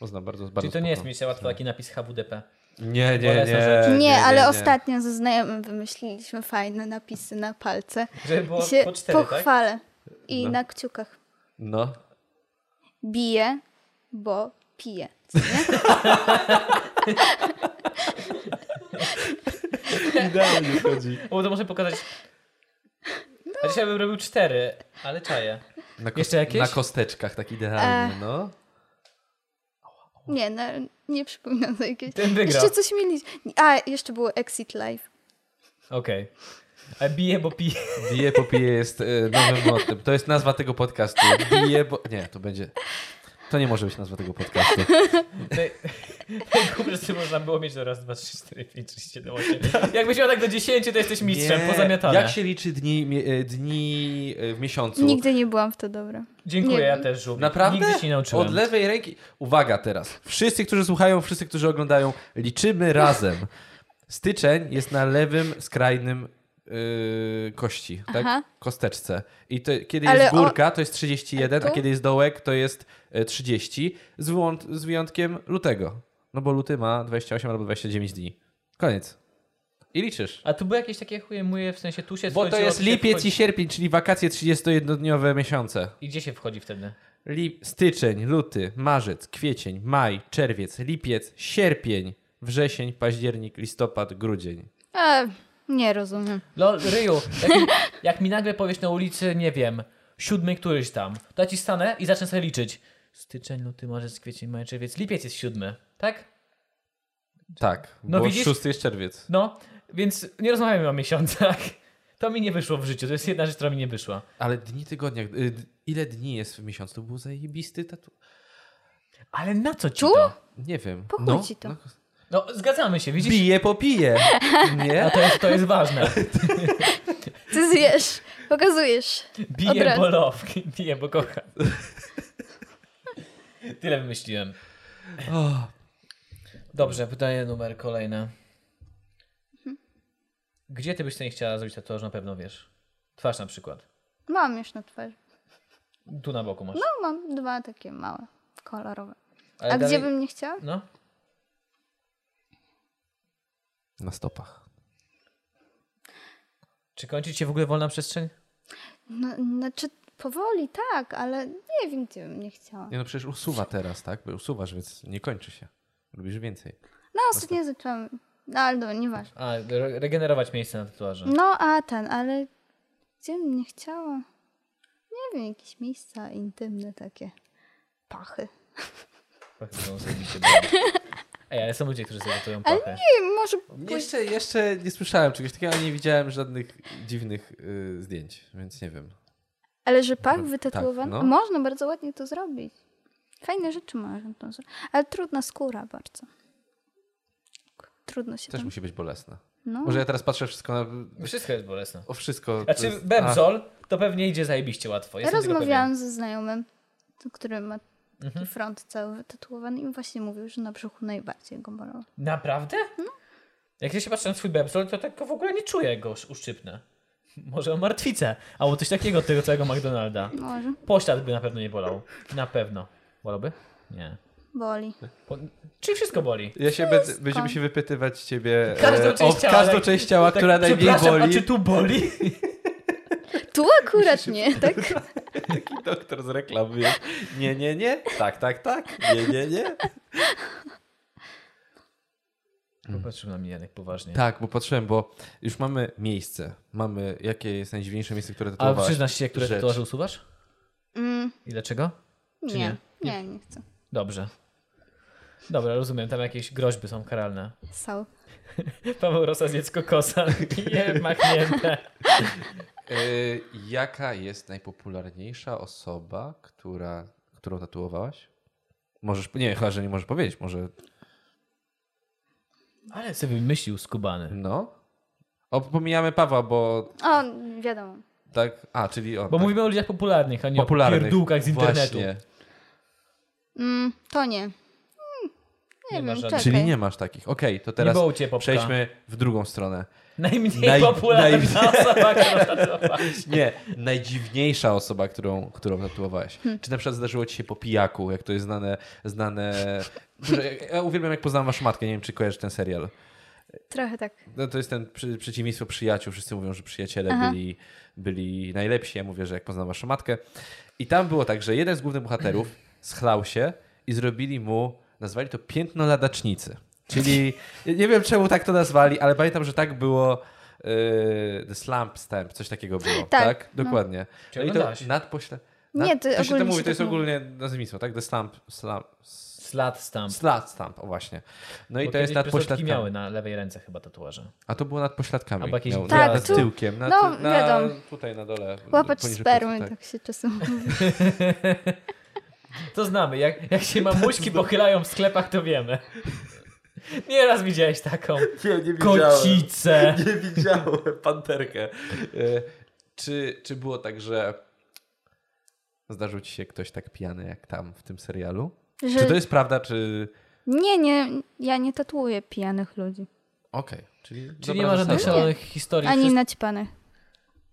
Pozna bardzo, bardzo Czyli to nie jest spoko. Tak. miejsce łatwo taki napis HWDP. Nie, nie, nie. bolesne rzeczy. Nie, ale nie. ostatnio ze znajomym wymyśliliśmy fajne napisy na palce. Żeby było I się po cztery, tak? pochwalę. I No. na kciukach. No. Biję, bo piję. Co nie? Idealnie chodzi. Bo to może pokazać... No. A dzisiaj bym robił cztery, ale czaję. Na, kos- Jeszcze jakieś? na kosteczkach, tak E. idealnie, no. Nie, no, nie przypominam to jakieś. Ten wygra. Jeszcze coś mieliśmy. A, jeszcze było Exit Live. Okej. A biję, bo piję. Bije popije jest e, nowym motem. To jest nazwa tego podcastu. Bije bo... Nie, to będzie... To nie może być nazwa tego podcastu. Najgłupsze, co można było mieć to raz, dwa, trzy, cztery, pięć, sześć, siedem, osiem. Jakbyś miał tak do dziesięciu, to jesteś mistrzem, Nie. pozamiatane. Jak się liczy dni, mie- e, dni e, w miesiącu? Nigdy nie byłam w to dobra. Dziękuję, Nie ja wiem. też żółw. Naprawdę? Nigdy się nie nauczyłem. Od lewej ręki. Uwaga teraz. Wszyscy, którzy słuchają, wszyscy, którzy oglądają, liczymy razem. Styczeń jest na lewym skrajnym yy, kości, tak? Aha. Kosteczce. I to, kiedy Ale jest o- górka, to jest 31, a A tu? kiedy jest dołek, to jest e, 30, z, wyłą- z wyjątkiem lutego. No bo luty ma 28 albo 29 dni. Koniec. I liczysz. A tu były jakieś takie chuje muje, w sensie tu się Bo to skończyło, jest tu się lipiec wchodzi- i sierpień, czyli wakacje 31-dniowe miesiące. I gdzie się wchodzi wtedy? Lip, styczeń, luty, marzec, kwiecień, maj, czerwiec, lipiec, sierpień, wrzesień, październik, listopad, grudzień. E, nie rozumiem. Lol, No, Ryju, jak mi, jak mi nagle powiesz na ulicy, nie wiem, siódmy któryś tam, to ja ci stanę i zacznę sobie liczyć. Styczeń, luty, marzec, kwiecień, maj, czerwiec, lipiec jest siódmy, tak? Tak, No bo widzisz? szósty jest czerwiec. No, więc nie rozmawiamy o miesiącach. To mi nie wyszło w życiu, to jest jedna rzecz, która mi nie wyszła. Ale dni tygodnia, y, d- ile dni jest w miesiącu? To był zajebisty tatu... Ale na co ci Tu? to? Nie wiem. Po chuj no, ci to. No, No, zgadzamy się, widzisz? bije, popije. A Nie? to jest, to jest ważne. Ty zjesz, pokazujesz. Od Bije razu. bo love, bije bo kocham. Tyle wymyśliłem. O, Dobrze, pytanie numer kolejne. Mhm. Gdzie ty byś sobie chciała zrobić tatuaż, na pewno wiesz? Twarz na przykład. Mam już na twarzy. Tu na boku masz. No, mam dwa takie małe, kolorowe. A Ale gdzie dalej- bym nie chciała? No, na stopach. czy kończy ci się w ogóle wolna przestrzeń? No, znaczy powoli tak, ale nie wiem, gdzie bym nie chciała. Nie no, przecież usuwa teraz, tak? Bo usuwasz, więc nie kończy się. Robisz więcej. No, ostatnio zaczęłam. No, ale dobra, nieważne. A, re regenerować miejsce na tatuaże. No, a ten, ale gdzie bym nie chciała? Nie wiem, jakieś miejsca intymne takie. Pachy. Pachy są zajebiście dobre. Ej, ale są ludzie, którzy sobie tatuują pachę. Nie wiem, może pójść. Jeszcze, jeszcze nie słyszałem czegoś takiego, ale nie widziałem żadnych dziwnych y, zdjęć, więc nie wiem. Ale że pach No, wytatuowany? tak, no. Można bardzo ładnie to zrobić. Fajne rzeczy można to zrobić. Ale trudna skóra bardzo. Trudno się Też tam... musi być bolesne. No. Może ja teraz patrzę wszystko na... Wszystko jest bolesne. O wszystko. to Znaczy, jest- Bebzol to pewnie idzie zajebiście łatwo. Ja Jestem tego rozmawiałam ze znajomym, który ma taki front cały wytatuowany i właśnie mówił, że na brzuchu najbardziej go bolało. Naprawdę? No. Jak ja się patrzę na swój bebsol, to tak w ogóle nie czuję, jak go uszczypnę. Może o martwicę, albo coś takiego od tego całego McDonalda. Może Poślad by na pewno nie bolał. Na pewno. Bolałby? Nie. boli. Po... Czyli wszystko boli. Ja się będę, będziemy się wypytywać ciebie Każdą e, część o ciała, każdą tak- część ciała, Tak, która najmniej przepraszam, boli. A czy tu boli? Tu akurat nie, tak? Taki doktor z reklam, wiesz. Nie, nie, nie. Tak, tak, tak. Nie, nie, nie. Popatrzył na mnie Janek poważnie. Tak, bo patrzyłem, bo już mamy miejsce. Mamy, jakie jest najdziwniejsze miejsce, które A tatuowałeś. przyznasz się, które Rzecz. tatuaże usuwasz? Mm, I dlaczego? Czy nie? nie, nie, nie chcę. Dobrze. Dobra, rozumiem, tam jakieś groźby są karalne. Sał. Paweł Rosa z dziecko kosa. Nie, machnięte. Y, jaka jest najpopularniejsza osoba, która, którą tatuowałaś? Możesz, nie, chyba, że nie możesz powiedzieć, może, Ale sobie wymyślił skubany. no. O, pomijamy Pawła, bo O, wiadomo. tak, a, czyli on. Bo tak, mówimy o ludziach popularnych, a nie o pierdółkach z internetu. Właśnie. Mm, to nie. Mm, nie, Nie ma wiem, tak. żadnych. czekaj. Czyli nie masz takich. Okej, to teraz było cię, Popka. przejdźmy w drugą stronę. Najmniej Naj- popularna naj- osoba, która tatuowała. Nie, najdziwniejsza osoba, którą, którą tatuowałeś. Hm. Czy na przykład zdarzyło ci się po pijaku, jak to jest znane... znane... Boże, Ja uwielbiam, jak poznałam waszą matkę, nie wiem, czy kojarzysz ten serial. Trochę tak. No to jest ten przy, przeciwieństwo przyjaciół. Wszyscy mówią, że przyjaciele Aha. byli, byli najlepsi. Ja mówię, że jak poznam waszą matkę. I tam było tak, że jeden z głównych bohaterów schlał się i zrobili mu, nazwali to piętno ladacznicy. Czyli nie wiem czemu tak to nazwali, ale pamiętam, że tak było. yy, The Slump Stamp, coś takiego było. Tak, Tak, dokładnie. Czy No i to oglądałaś? nadpośle. Nie, to to się ogólnie to się mówi, to tak jest mówi. ogólnie nazwisko, tak? The Slump, slump Slat stamp. Slut Stamp, o właśnie. No i Bo to jest kiedyś prostotki nadpośle. miały na lewej ręce chyba tatuaże. A to było nad pośladkami. Albo jakieś Miał- Tak, nad tu- tyłkiem. Na, no, na, wiadomo. Tutaj na dole. Łapać poniżej spermy, pleców, tak. się czasem mówi. To znamy. Jak, jak się mamuśki pochylają w sklepach, to wiemy. Nieraz widziałeś taką tak. Nie, nie kocicę. Nie widziałem. Panterkę. E, Czy, czy było tak, że zdarzył ci się ktoś tak pijany jak tam w tym serialu? Że... Czy to jest prawda, czy... Nie, nie, ja nie tatuję pijanych ludzi. Okej. Czyli, Czyli dobra nie tak ma żadnych zasada. szalonych historii. Ani wszyscy, naćpanych.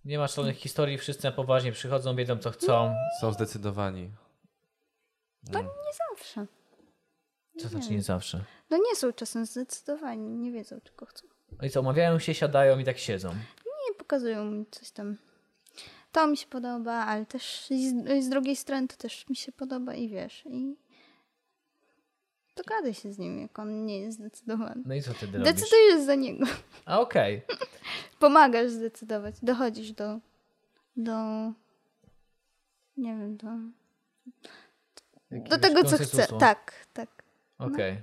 Nie ma szalonych historii, wszyscy na poważnie przychodzą, wiedzą co chcą. Są zdecydowani. Zawsze. Co znaczy nie zawsze. No nie są czasem zdecydowani, nie wiedzą czego chcą. No i co, omawiają się, siadają i tak siedzą. Nie pokazują mi coś tam. To mi się podoba, ale też i z, i z drugiej strony to też mi się podoba i wiesz. I dogadaj się z nim, jak on nie jest zdecydowany. No i co wtedy robisz? Decydujesz za niego. A okej. Pomagasz zdecydować. Dochodzisz do. do. Nie wiem, do. Do Jakiegoś tego, co chce. konsensusu. Tak, tak. Okej.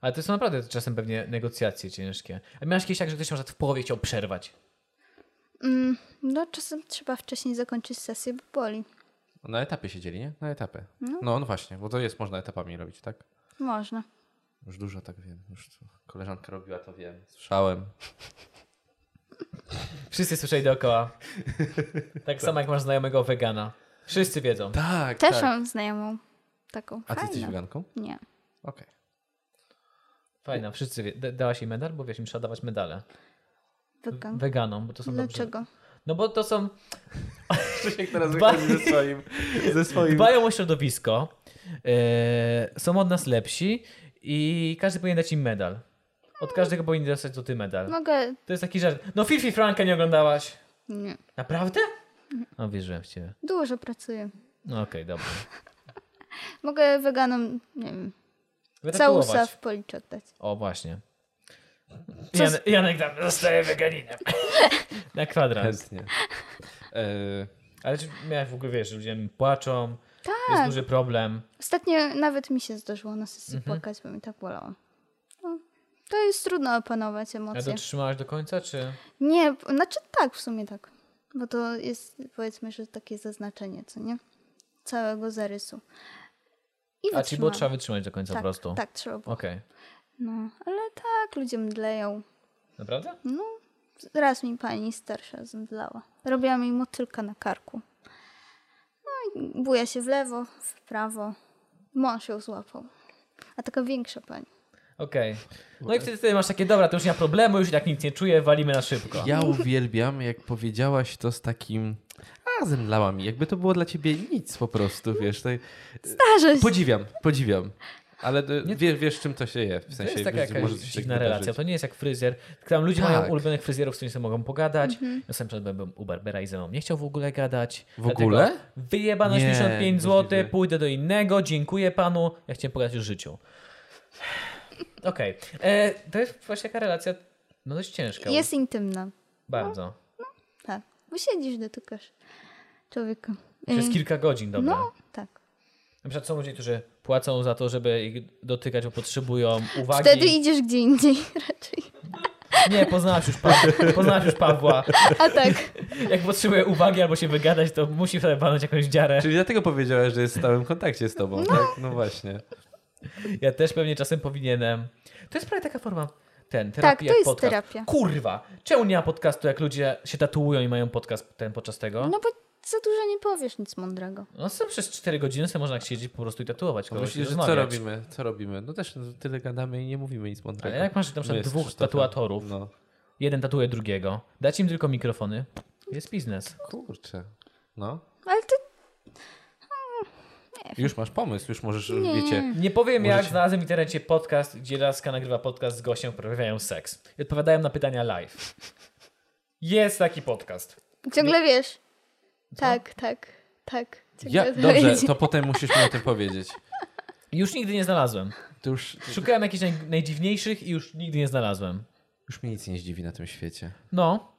Ale to są naprawdę czasem pewnie negocjacje ciężkie. A miałeś kiedyś tak, że ktoś na przykład w połowie chciał przerwać. Mm, no, czasem trzeba wcześniej zakończyć sesję, bo boli. Na etapie siedzieli, nie? Na etapy. No. No, no właśnie, bo to jest, można etapami robić, tak? Można. Już dużo tak wiem. Już to koleżanka robiła, to wiem. Słyszałem. Wszyscy słyszeli dookoła. Tak samo jak masz znajomego wegana. Wszyscy wiedzą. Tak, Też tak. mam znajomą taką. A ty jesteś fajną. weganką? Nie. Okej. Fajna, wszyscy wie. Da- Dałaś jej medal, bo wiesz, im trzeba dawać medale. Wegan. Weganom, bo to są dobrze. No. Dlaczego? No bo to są. Krzysiek teraz Dba- wychodzi ze swoim... Ze swoim... Dbają o środowisko, yy, są od nas lepsi i każdy powinien dać im medal. Od każdego powinien dostać złoty medal. Mogę. To jest taki żart. No Fifi Franka nie oglądałaś. Nie. Naprawdę? No wierzyłem w ciebie. Dużo pracuję. No okej, dobra. Mogę weganom, nie wiem, całusa Wytatuować. w policzek dać. O właśnie. Jan, Janek tam zostaje weganinem. Na kwadrans. Chętnie. E, Ale czy miałeś w ogóle, wiesz, że ludzie płaczą, jest Tak. duży problem. Ostatnio nawet mi się zdarzyło na sesji Mhm. płakać, bo mi tak bolało. No, to jest trudno opanować A emocje. dotrzymałaś do końca, czy... Nie, b- znaczy tak, w sumie tak. Bo to jest, powiedzmy, że takie zaznaczenie, co nie? Całego zarysu. A I ci było wytrzymałam. trzeba wytrzymać do końca tak, po prostu. Tak, trzeba było. Okej. No, ale tak, ludzie mdleją. Naprawdę? No, raz mi pani starsza zemdlała. Robiłam jej motylka na karku. No i buja się w lewo, w prawo. Mąż ją złapał. A taka większa pani. Okej. No i wtedy, wtedy masz takie, dobra, to już nie ma problemu, już jak nic nie czuję, walimy na szybko. Ja uwielbiam, jak powiedziałaś to z takim. A, zemdlała mi. Jakby to było dla ciebie nic po prostu, wiesz. No, To... Starzeć! Podziwiam, podziwiam. Ale nie, wiesz, wiesz, czym to się je. W sensie, to jest taka wiesz, że jakaś może coś dziwna wydarzyć. relacja. To nie jest jak fryzjer. Tam ludzie Tak. mają ulubionych fryzjerów, z którymi sobie mogą pogadać. Mhm. Ja sam przed byłem u Barbera i ze mną nie chciał w ogóle gadać. W Dlatego ogóle? Wyjebano Nie, 85 zł, możliwe. pójdę do innego, dziękuję panu. Ja chciałem pogadać o życiu. Okej. E, To jest właśnie taka relacja no dość ciężka. Jest intymna. Bardzo. Tak. Bo siedzisz, dotykasz człowieka. Przez Y, kilka godzin, dobra. No, tak. Na przykład są ludzie, którzy płacą za to, żeby ich dotykać, bo potrzebują uwagi. Wtedy idziesz gdzie indziej raczej. Nie, poznałaś już, pa- poznałaś już Pawła. A tak, Jak potrzebuje uwagi albo się wygadać, to musi wtedy panąć jakąś dziarę. Czyli dlatego powiedziałaś, że jest w stałym kontakcie z tobą, tak? No właśnie. Ja też pewnie czasem powinienem. To jest prawie taka forma. Ten, terapia, Tak, to jest podcast. terapia. Kurwa! Czemu nie ma podcastu, jak ludzie się tatuują i mają podcast ten podczas tego? No, no bo za dużo nie powiesz nic mądrego. sam przez 4 godziny sobie można tak siedzieć po prostu i tatuować kogoś. i Myślisz, że co rozmawiać. robimy? Co robimy? No też no, tyle gadamy i nie mówimy nic mądrego. No Ale jak masz na przykład My z dwóch Krzysztofem. tatuatorów, No, jeden tatuuje drugiego, dać im tylko mikrofony, jest biznes. kurczę. No. Ale to Już masz pomysł, już możesz, wiecie. Nie powiem jak, Możecie- znalazłem w internecie podcast, gdzie laska nagrywa podcast z gościem, uprawiają seks. I odpowiadają na pytania live. Jest taki podcast. No. ciągle wiesz. Tak, tak, tak. Ciągle Ja, to dobrze, idzie. to potem musisz mi o tym powiedzieć. Już nigdy nie znalazłem. To już, Szukałem jakichś naj, najdziwniejszych i już nigdy nie znalazłem. już mnie nic nie zdziwi na tym świecie. No,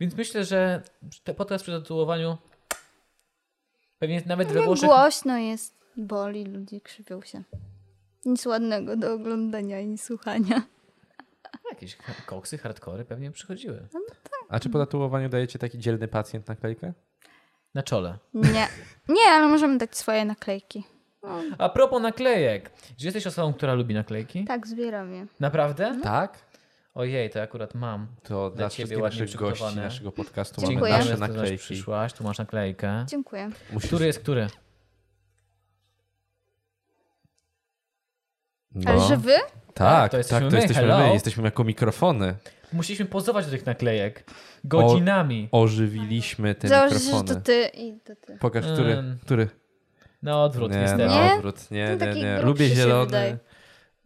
więc myślę, że te podcast przy tatuowaniu pewnie nawet we No Jak Włoszech... głośno jest, boli, ludzie krzywią się. Nic ładnego do oglądania i słuchania. Jakieś ha- koksy, hardkory pewnie przychodziły. A czy po tatuowaniu dajecie taki dzielny pacjent naklejkę? Na czole. Nie, nie, ale możemy dać swoje naklejki. A propos naklejek. Czy jesteś osobą, która lubi naklejki? Tak, zbieram je. Naprawdę? Tak. Ojej, to akurat mam. To Dla dla ciebie wszystkich ładnie naszych gości, przygotowane. naszego podcastu Dziękuję. mamy Że nasze ty do nas naklejki. znaczy, Przyszłaś, tu masz naklejkę. Dziękuję. Musisz... Który jest który? No. Ale że wy? Tak, To to jesteśmy tak, my, to jesteśmy hello. my. Jesteśmy jako mikrofony. Musieliśmy pozować do tych naklejek. Godzinami. Ożywiliśmy te Założę się, że mikrofony. to ty i to ty. Pokaż, który. Mm. który? Na odwrót, nie, niestety. na Nie? odwrót. Nie, Ten nie, taki nie. grubszy Lubię się zielony. wydaje.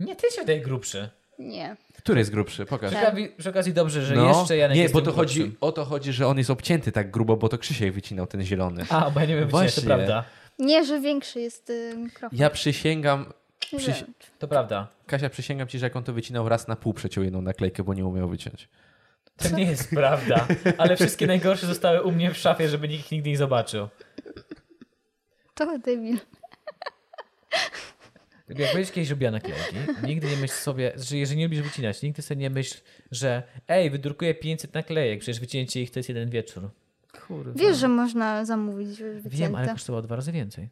Nie, ty się wydaje grubszy. Nie. Który jest grubszy? Pokaż. Przy Tak. okazji, przy okazji dobrze, że jeszcze Janek No, nie, jest bo tym to chodzi, grubszym. o to chodzi, że on jest obcięty tak grubo, bo to Krzysiek wycinał ten zielony. A, bo ja nie wiem, wycinać, to Właśnie. prawda. Nie, że większy jest y, mikrofon. Ja przysięgam, Nie przyś- wiem. To prawda. Kasia, przysięgam ci, że jak on to wycinał raz na pół, przeciął jedną naklejkę, bo nie umiał wyciąć. To nie jest prawda. Ale wszystkie najgorsze zostały u mnie w szafie, żeby nikt nigdy nie zobaczył. To debil. Jak będziesz kiedyś robiła naklejki, nigdy nie myśl sobie, że jeżeli nie lubisz wycinać, nigdy sobie nie myśl, że ej, wydrukuję 500 naklejek, przecież wycięcie ich to jest jeden wieczór. Kurwa. Wiesz, że można zamówić już Wiem, ale wycięte. kosztowało dwa razy więcej.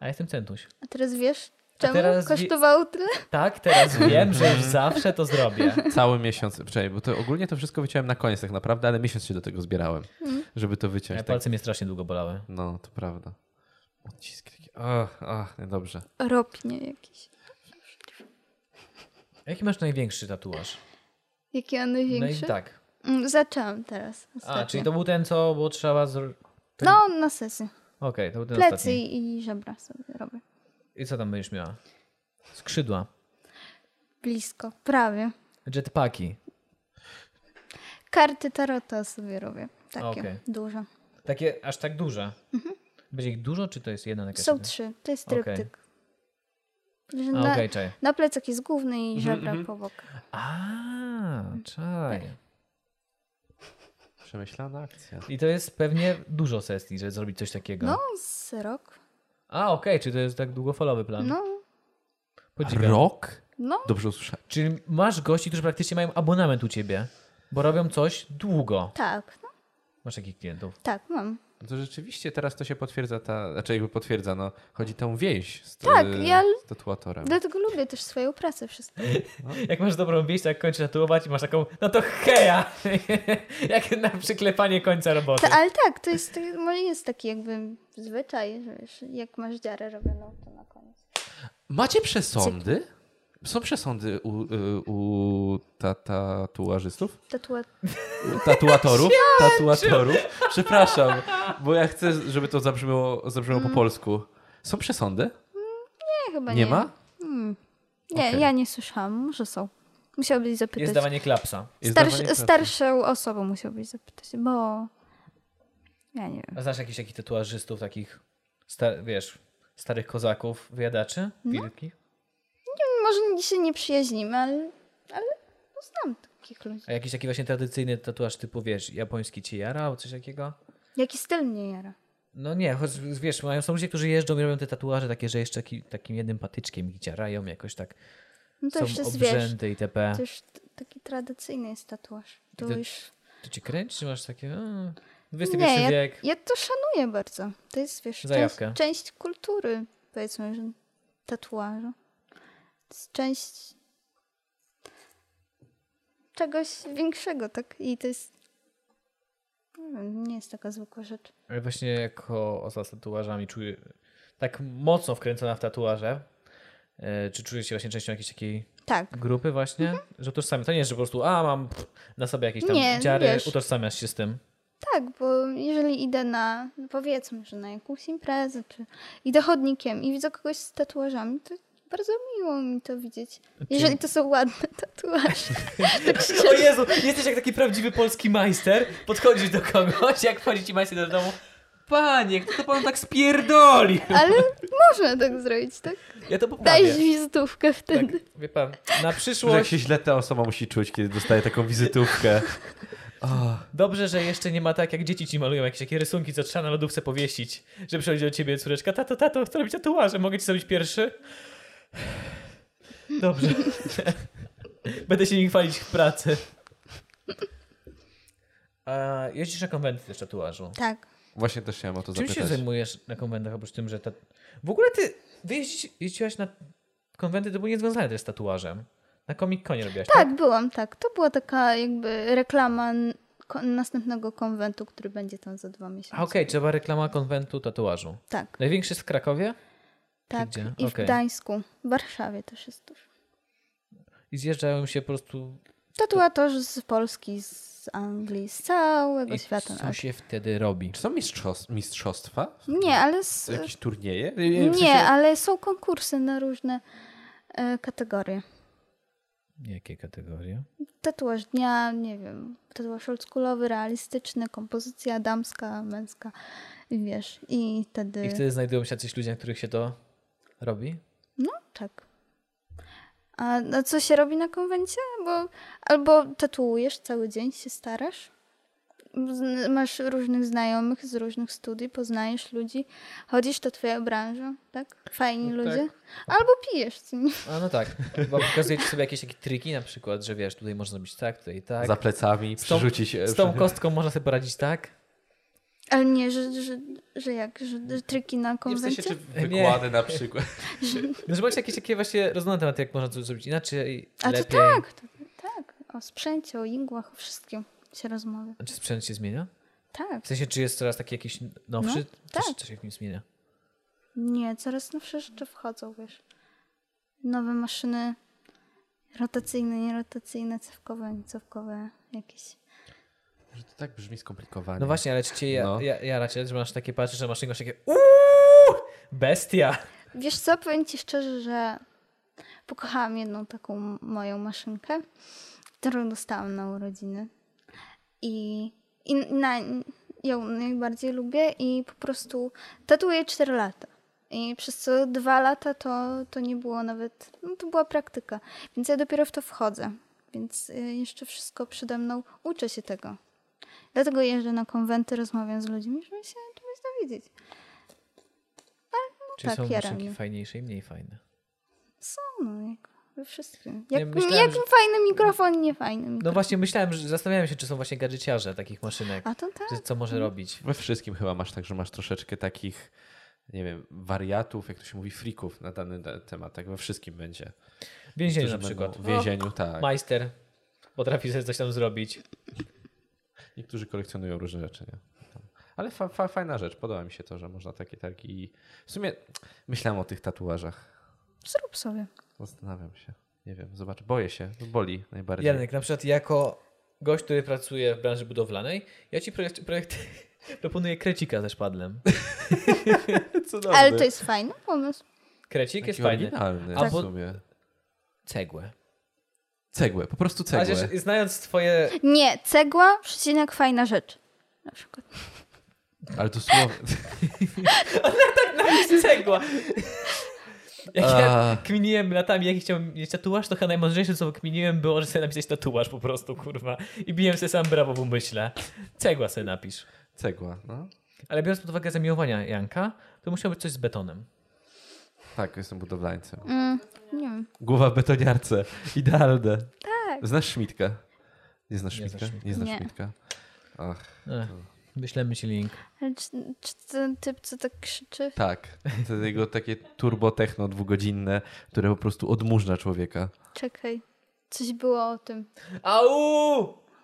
A jestem centuś. A teraz wiesz, czemu teraz wie- kosztowało tyle? Tak, teraz wiem, że już zawsze to zrobię. Cały miesiąc, przynajmniej, bo to ogólnie to wszystko wyciąłem na koniec tak naprawdę, ale miesiąc się do tego zbierałem, Mhm. żeby to wyciąć. Ja tak. palce mnie strasznie długo bolały. No, to prawda. Odciski takie, ach, ach, niedobrze. Ropnie jakiś. Jaki masz największy tatuaż? Jaki on największy? No i tak. Mm, Zaczęłam teraz. Ostatnio. A, czyli to był ten, co było trzeba zr... ten- No, na sesję. Okej, to był ten Plecy ostatni. i i żebra sobie robię. I co tam będziesz miała? Skrzydła, Blisko, prawie. jetpacki. Karty tarota sobie robię. Takie Okej. duże. Takie aż tak duże. Będzie ich dużo, czy to jest jedna na Mhm. Są trzy. To jest Okej. tryptyk. Że A, Na, okej, Mhm, czaj. na plecach jest główny i żebra po bokach. A, czaj. Przemyślana akcja. I to jest pewnie dużo sesji, żeby zrobić coś takiego. No, z rok. A, okej, czy to jest tak długofalowy plan? No, Podziwiam. Rok? no. Dobrze usłyszałem. Czyli masz gości, którzy praktycznie mają abonament u ciebie, bo robią coś długo. Tak, no, Masz takich klientów. tak, mam. No to rzeczywiście teraz to się potwierdza ta, znaczy jakby potwierdza, no, chodzi tą więź z, Tak, y, ja- z tatuatorem. Dlatego lubię też swoją pracę wszystko. Jak masz dobrą wieść, jak kończysz tatuować i masz taką, no to heja! jak na przyklepanie końca roboty. Ta, ale tak, to jest, to jest- może jest taki jakby zwyczaj, że wiesz, jak masz dziarę robioną, to na koniec. Macie przesądy? Są przesądy u, y, u ta, tatuażystów? Tatua... U Tatuatorów? Tatuatorów? Przepraszam, bo ja chcę, żeby to zabrzmiało, zabrzmiało po polsku. Są przesądy? Nie, chyba Nie, No nie. ma? Nie, Okej. ja nie słyszałam. Może są. Musiałbyś zapytać. Jest dawanie klapsa. Jest Starsz, dawanie starszą osobą musiałbyś zapytać, bo... Ja nie wiem. A znasz jakichś takich tatuażystów, takich, sta- wiesz, starych kozaków, wyjadaczy, No. wilkich? Może się nie przyjaźnimy, ale, ale no, znam takich ludzi. A jakiś taki właśnie tradycyjny tatuaż typu, wiesz, japoński ci jara albo coś takiego? Jaki styl mnie jara? No nie, choć wiesz, mają, są ludzie, którzy jeżdżą i robią te tatuaże takie, że jeszcze ki, takim jednym patyczkiem giciarają jakoś tak. No to już są jest, wiesz, obrzędy itp. to już t- taki tradycyjny jest tatuaż. To Ty- już... To ci kręci, masz takie, a, XXI Nie, ja, wiek. ja to szanuję bardzo. To jest, wiesz, część, Zajawka. część kultury, powiedzmy, że tatuażu. To jest część czegoś większego, tak? I to jest... Nie wiem, nie jest taka zwykła rzecz. Ale właśnie jako osoba z tatuażami czuję, tak mocno wkręcona w tatuaże, e, czy czujesz się właśnie częścią jakiejś takiej Tak. grupy właśnie? Że utożsamiasz, to nie jest, że po prostu a mam pff, na sobie jakieś tam Nie, dziary, wiesz. utożsamiasz się z tym. Tak, bo jeżeli idę na, no powiedzmy, że na jakąś imprezę, czy idę chodnikiem i widzę kogoś z tatuażami, to bardzo miło mi to widzieć. Jeżeli to są ładne tatuaże. tak O szczerze. Jezu, jesteś jak taki prawdziwy polski majster, podchodzisz do kogoś, jak wchodzi ci majster do domu, panie, kto to panu tak spierdoli? Ale można tak zrobić, tak? Ja to Dajesz poprawię. wizytówkę Tak, wtedy. wie pan, na Że jak przyszłość się źle ta osoba musi czuć, kiedy dostaje taką wizytówkę. Dobrze, że jeszcze nie ma tak, jak dzieci ci malują jakieś takie rysunki, co trzeba na lodówce powiesić, że przychodzi do ciebie córeczka, tato, tato, chcę robić tatuaże, mogę ci zrobić pierwszy? Dobrze. Będę się nim chwalić w pracy. A jeździsz na konwenty też tatuażu. Tak. Właśnie też chciałem o to Czym się zapytać. zajmujesz na konwentach oprócz tym, że... Ta... W ogóle ty wyjeździ... jeździłaś na konwenty, to było niezwiązane też z tatuażem. Na Comic-Conie robiłaś, tak? Tak, byłam, tak. To była taka jakby reklama n- ko- następnego konwentu, który będzie tam za dwa A miesiące. okej, trzeba reklama konwentu tatuażu. Tak, Największy jest w Krakowie? tak. gdzie? I w Okej. Gdańsku. W Warszawie też jest dużo. I zjeżdżają się po prostu Tatuatorzy z Polski, z Anglii, z całego I świata. co się wtedy robi? Czy są mistrzos- mistrzostwa? Nie, ale z... Są jakieś turnieje? Tak. W sensie- nie, ale są konkursy na różne e, kategorie. Jakie kategorie? Tatuaż dnia, nie wiem, tatuaż oldschoolowy, realistyczny, kompozycja damska, męska, i wiesz, i wtedy... I wtedy znajdują się jacyś ludzie, na których się to robi? Tak. A, a co się robi na konwencie? Bo albo tatuujesz cały dzień, się starasz. Zn- Masz różnych znajomych z różnych studii, poznajesz ludzi, chodzisz, to twoja branża, tak? Fajni No tak. ludzie. Albo pijesz, co nie? A no tak, bo pokazujecie sobie jakieś takie triki, na przykład, że wiesz, tutaj można zrobić tak, tutaj tak. Za plecami, Z tą- przerzucić... Z tą kostką można sobie poradzić tak. Ale nie, że, że, że jak, że, że triki na Nie w konwencie? sensie, czy Nie. wykłady na przykład. No, że macie jakieś takie właśnie rozmowy na temat, jak można coś zrobić inaczej, A to lepiej. tak, to, tak. O sprzęcie, o ingłach, o wszystkim się rozmawia. A Czy sprzęt się zmienia? Tak. W sensie, czy jest coraz taki jakiś nowszy? No, Coś- tak. Coś się w nim zmienia. Nie, coraz nowsze rzeczy wchodzą, wiesz. Nowe maszyny rotacyjne, nierotacyjne, cewkowe, niecewkowe, jakieś. Że to tak brzmi skomplikowanie. No właśnie, ale czy cię ja, No. ja, ja raczej, że masz takie, patrzysz na maszynę, masz takie uuu, bestia. Wiesz co, powiem ci szczerze, że pokochałam jedną taką m- moją maszynkę, którą dostałam na urodziny. I, i na, ją najbardziej lubię i po prostu tatuję 4 lata. I przez co dwa lata to, to nie było nawet, no to była praktyka. Więc ja dopiero w to wchodzę. Więc y, jeszcze wszystko przede mną, uczę się tego. Dlatego jeżdżę na konwenty, rozmawiam z ludźmi, żeby się czegoś dowiedzieć. Czy tak, są ja maszynki ramię. fajniejsze i mniej Mm. fajne? No, jak we wszystkim. Nie, Jak, myślałem, jak że- fajny mikrofon, nie fajny No mikrofon. właśnie myślałem, że zastanawiałem się, czy są właśnie gadżeciarze takich maszynek, A to tak. że co może robić. We wszystkim chyba masz tak, że masz troszeczkę takich, nie wiem, wariatów, jak to się mówi, frików na dany da- temat. Tak we wszystkim będzie. W więzieniu na Którzy przykład. No, będą W więzieniu, tak. Majster potrafi sobie coś tam zrobić. Niektórzy kolekcjonują różne rzeczy, nie? Ale fa- fa- fajna rzecz. Podoba mi się to, że można takie targi. W sumie myślałem o tych tatuażach. Zrób sobie. Zastanawiam się. Nie wiem, zobacz. Boję się. To boli najbardziej. Janek, na przykład jako gość, który pracuje w branży budowlanej, ja ci projekt, projekt proponuję krecika ze szpadlem. Cudowny. Ale to jest fajny pomysł. Krecik Taki jest fajny. oryginalny Tak. w sumie. Cegłę. Cegłę, po prostu cegłę. Chociaż znając twoje... Nie, cegła, przecinek, fajna rzecz. Na przykład. Ale to słowo... Cegła! Jak ja A. kminiłem latami, jaki chciałem mieć tatuaż, to chyba najmądrzejsze, co kminiłem, było, że sobie napisać tatuaż po prostu, kurwa. I biłem sobie sam brawo w umyśle. Cegła sobie napisz. Cegła, no. Ale biorąc pod uwagę zamiłowania Janka, to musiało być coś z betonem. Tak, jestem budowlańcem. Mm, nie wiem. Głowa w betoniarce. Idealne. Tak. Znasz Szmitkę? Nie znasz Nie znam Szmitkę? Szmitka. Nie znasz Nie. Szmitkę? Ach, Ech, wyślemy ci link. Ale czy, czy ten typ, co tak krzyczy? tak. To jego takie turbo techno dwugodzinne, które po prostu odmurza człowieka. Czekaj. Coś było o tym. Au!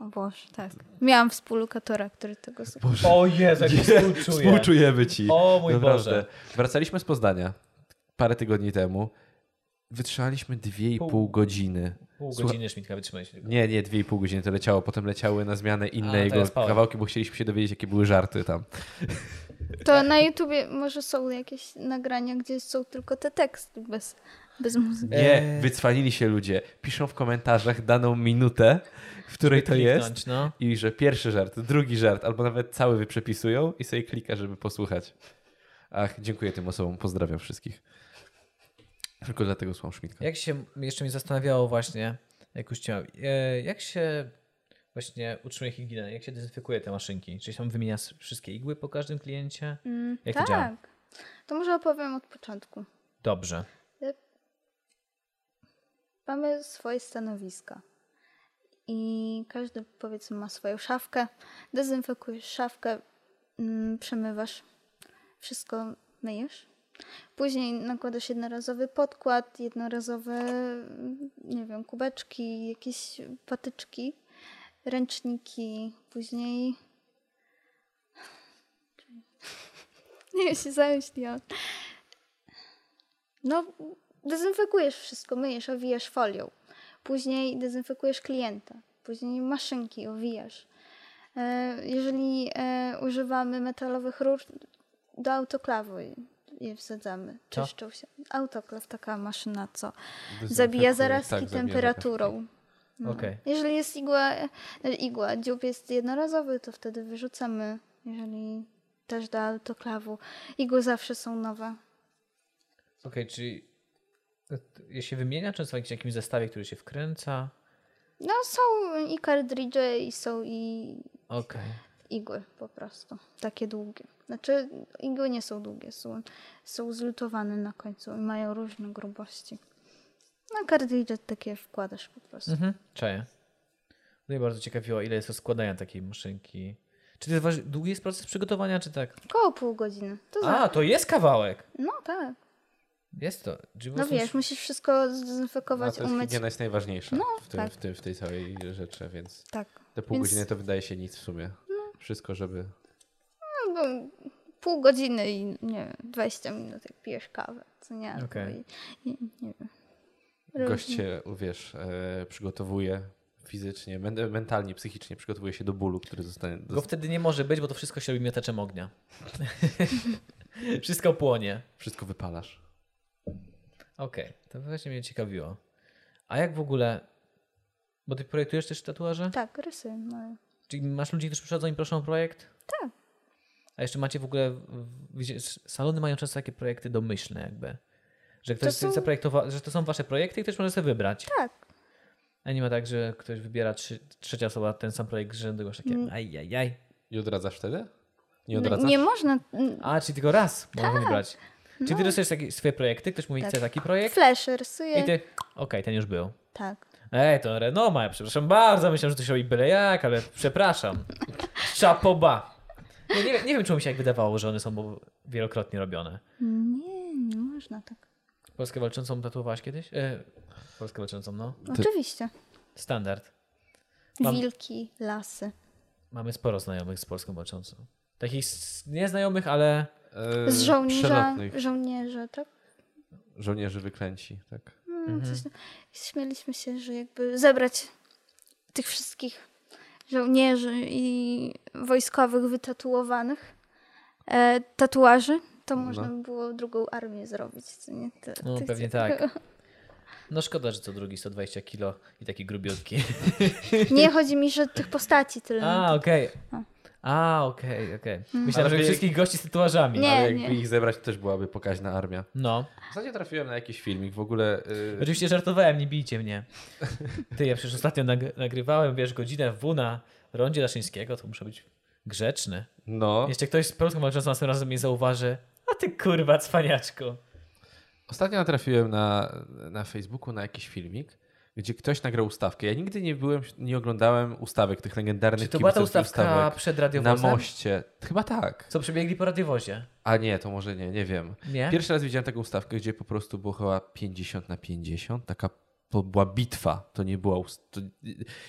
O Boże, tak. Miałam współlokatora, który tego słuchał. Boże. O Jezu, jak się współczuję. Współczujemy ci. O mój Naprawdę. Boże. Wracaliśmy z Poznania parę tygodni temu. Wytrzymaliśmy dwie i Pół. pół godziny. Pół Słuchaj- godziny Szmitka wytrzymaj się. tylko. Nie, nie, dwie i pół godziny to leciało. Potem leciały na zmianę inne A, to ja jego spałem. kawałki, bo chcieliśmy się dowiedzieć, jakie były żarty tam. To na YouTubie może są jakieś nagrania, gdzie są tylko te teksty bez, bez muzyki. Nie, Eee. wycwanili się ludzie. Piszą w komentarzach daną minutę, w której to jest. Kliknąć, No. I że pierwszy żart, drugi żart, albo nawet cały wyprzepisują i sobie klika, żeby posłuchać. Ach, dziękuję tym osobom, pozdrawiam wszystkich. Tylko dlatego słucham Szmitka. Tak. Jak się jeszcze mnie zastanawiało właśnie, jak już chciałem, e, jak się właśnie utrzymuje higienę, jak się dezynfekuje te maszynki? Czy się tam wymienia s- wszystkie igły po każdym kliencie? Mm, Jak to tak. działa? to może opowiem od początku. Dobrze. Mamy swoje stanowiska. I każdy, powiedzmy, ma swoją szafkę. Dezynfekujesz szafkę, mm, przemywasz, wszystko myjesz. Później nakładasz jednorazowy podkład, jednorazowe, mm, nie wiem, kubeczki, jakieś patyczki, ręczniki. Później. Nie wiem, się zamyśliłam. No, dezynfekujesz wszystko, myjesz, owijasz folią. Później dezynfekujesz klienta. Później maszynki owijasz. E, Jeżeli e, używamy metalowych rur, do autoklawu je- je wsadzamy. Co? Czyszczą się. Autoklaw, taka maszyna, co Dezynfekuje, zabija zarazki tak, zabija temperaturą. No. Okej. Jeżeli jest igła, e, igła, dziób jest jednorazowy, to wtedy wyrzucamy. Jeżeli też do autoklawu. Igły zawsze są nowe. Okej, czyli je się wymienia często w jakimś- jakimś zestawie, który się wkręca? No są i kartridże i są i Okej. igły po prostu. Takie długie. Znaczy igły nie są długie, są, są zlutowane na końcu i mają różne grubości. No kartridże takie wkładasz po prostu. Mhm, czaję. Mnie bardzo ciekawiło, ile jest rozkładania takiej maszynki. Czy to jest waż- długi jest proces przygotowania, czy tak? Koło pół godziny. To za... A, to jest kawałek! No tak. Jest to. Czyli po No prostu- wiesz, musisz wszystko No, zdezynfekować, to jest umyć. higiena jest najważniejsza No, w, tym, tak. w, tym, w tej całej rzeczy, więc Tak. te pół Więc- godziny to wydaje się nic w sumie. Wszystko, żeby... No, bo pół godziny i nie wiem, 20 minut jak pijesz kawę, co nie? Albo Okej. I, i, nie wiem. Gość się, wiesz, e, przygotowuje fizycznie, men- mentalnie, psychicznie przygotowuje się do bólu, który zostanie... Go wtedy nie może być, bo to wszystko się robi miotaczem ognia. wszystko płonie. Wszystko wypalasz. Okej, to właśnie mnie ciekawiło. A jak w ogóle. Bo ty projektujesz też tatuaże? Tak, rysuję. No. Czyli masz ludzi, którzy przychodzą i proszą o projekt? Tak. A jeszcze macie w ogóle. w- wiecie, Salony mają często takie projekty domyślne, jakby. Że ktoś są- zaprojektował, że to są wasze projekty i ktoś może sobie wybrać. Tak. A nie ma tak, że ktoś wybiera trzy, trzecia osoba ten sam projekt z rzędu, już takie Mm. ajajaj. I odradzasz wtedy? Nie No, odradzasz? nie można. mm, A, czyli tylko raz można wybrać. Czyli ty dostajesz takie swoje projekty, ktoś mówi, Tak. chce taki projekt Flash i rysuję. ty, okej, ten już był. Tak. Ej, to Renoma, ja przepraszam bardzo, myślałem, że to się robi byle jak, ale przepraszam. Szapoba. Nie, nie, wiem- nie wiem, czemu mi się jak wydawało, że one są bo- wielokrotnie robione. Nie, nie można tak. Polskę walczącą tatuowałaś kiedyś? E, Polskę walczącą, no. Oczywiście. Standard. Mam- Wilki, lasy. Mamy sporo znajomych z Polską walczącą. Takich s- nieznajomych, ale E, Y, Z żołnierza, Przelotnych. żołnierze, tak? Żołnierzy wyklęci, tak. No, coś tam. Śmieliśmy się, że jakby zebrać tych wszystkich żołnierzy i wojskowych wytatuowanych e, tatuaży, to można by było drugą armię zrobić. Co nie? Te- No, tych- pewnie tak. No szkoda, że co drugi 120 kilo i taki grubiutki. Nie chodzi mi, że tych postaci tyle. A, okej. A, okej, okej. Myślałem, Ale że wie- wszystkich gości z tatuażami. Nie, Ale jakby nie. ich zebrać, to też byłaby pokaźna armia. No. W zasadzie trafiłem na jakiś filmik, w ogóle... Yy, Oczywiście żartowałem, nie bijcie mnie. Ty, ja przecież ostatnio nag- nagrywałem, wiesz, godzinę w W na rondzie Daszyńskiego, to muszę być grzeczny. no, Jeszcze ktoś z Polską walczącą następnym razem mnie zauważy. A ty kurwa, cwaniaczku. Ostatnio natrafiłem na, na Facebooku na jakiś filmik, gdzie ktoś nagrał ustawkę. Ja nigdy nie byłem, nie oglądałem ustawek tych Czy legendarnych to była ta kibiców i ustawka przed na radiowozem? moście. Chyba tak. Co przebiegli po radiowozie? A nie, to może nie, nie wiem. Nie? Pierwszy raz widziałem taką ustawkę, gdzie po prostu było chyba 50 na 50, taka to była bitwa, to nie była ust... to...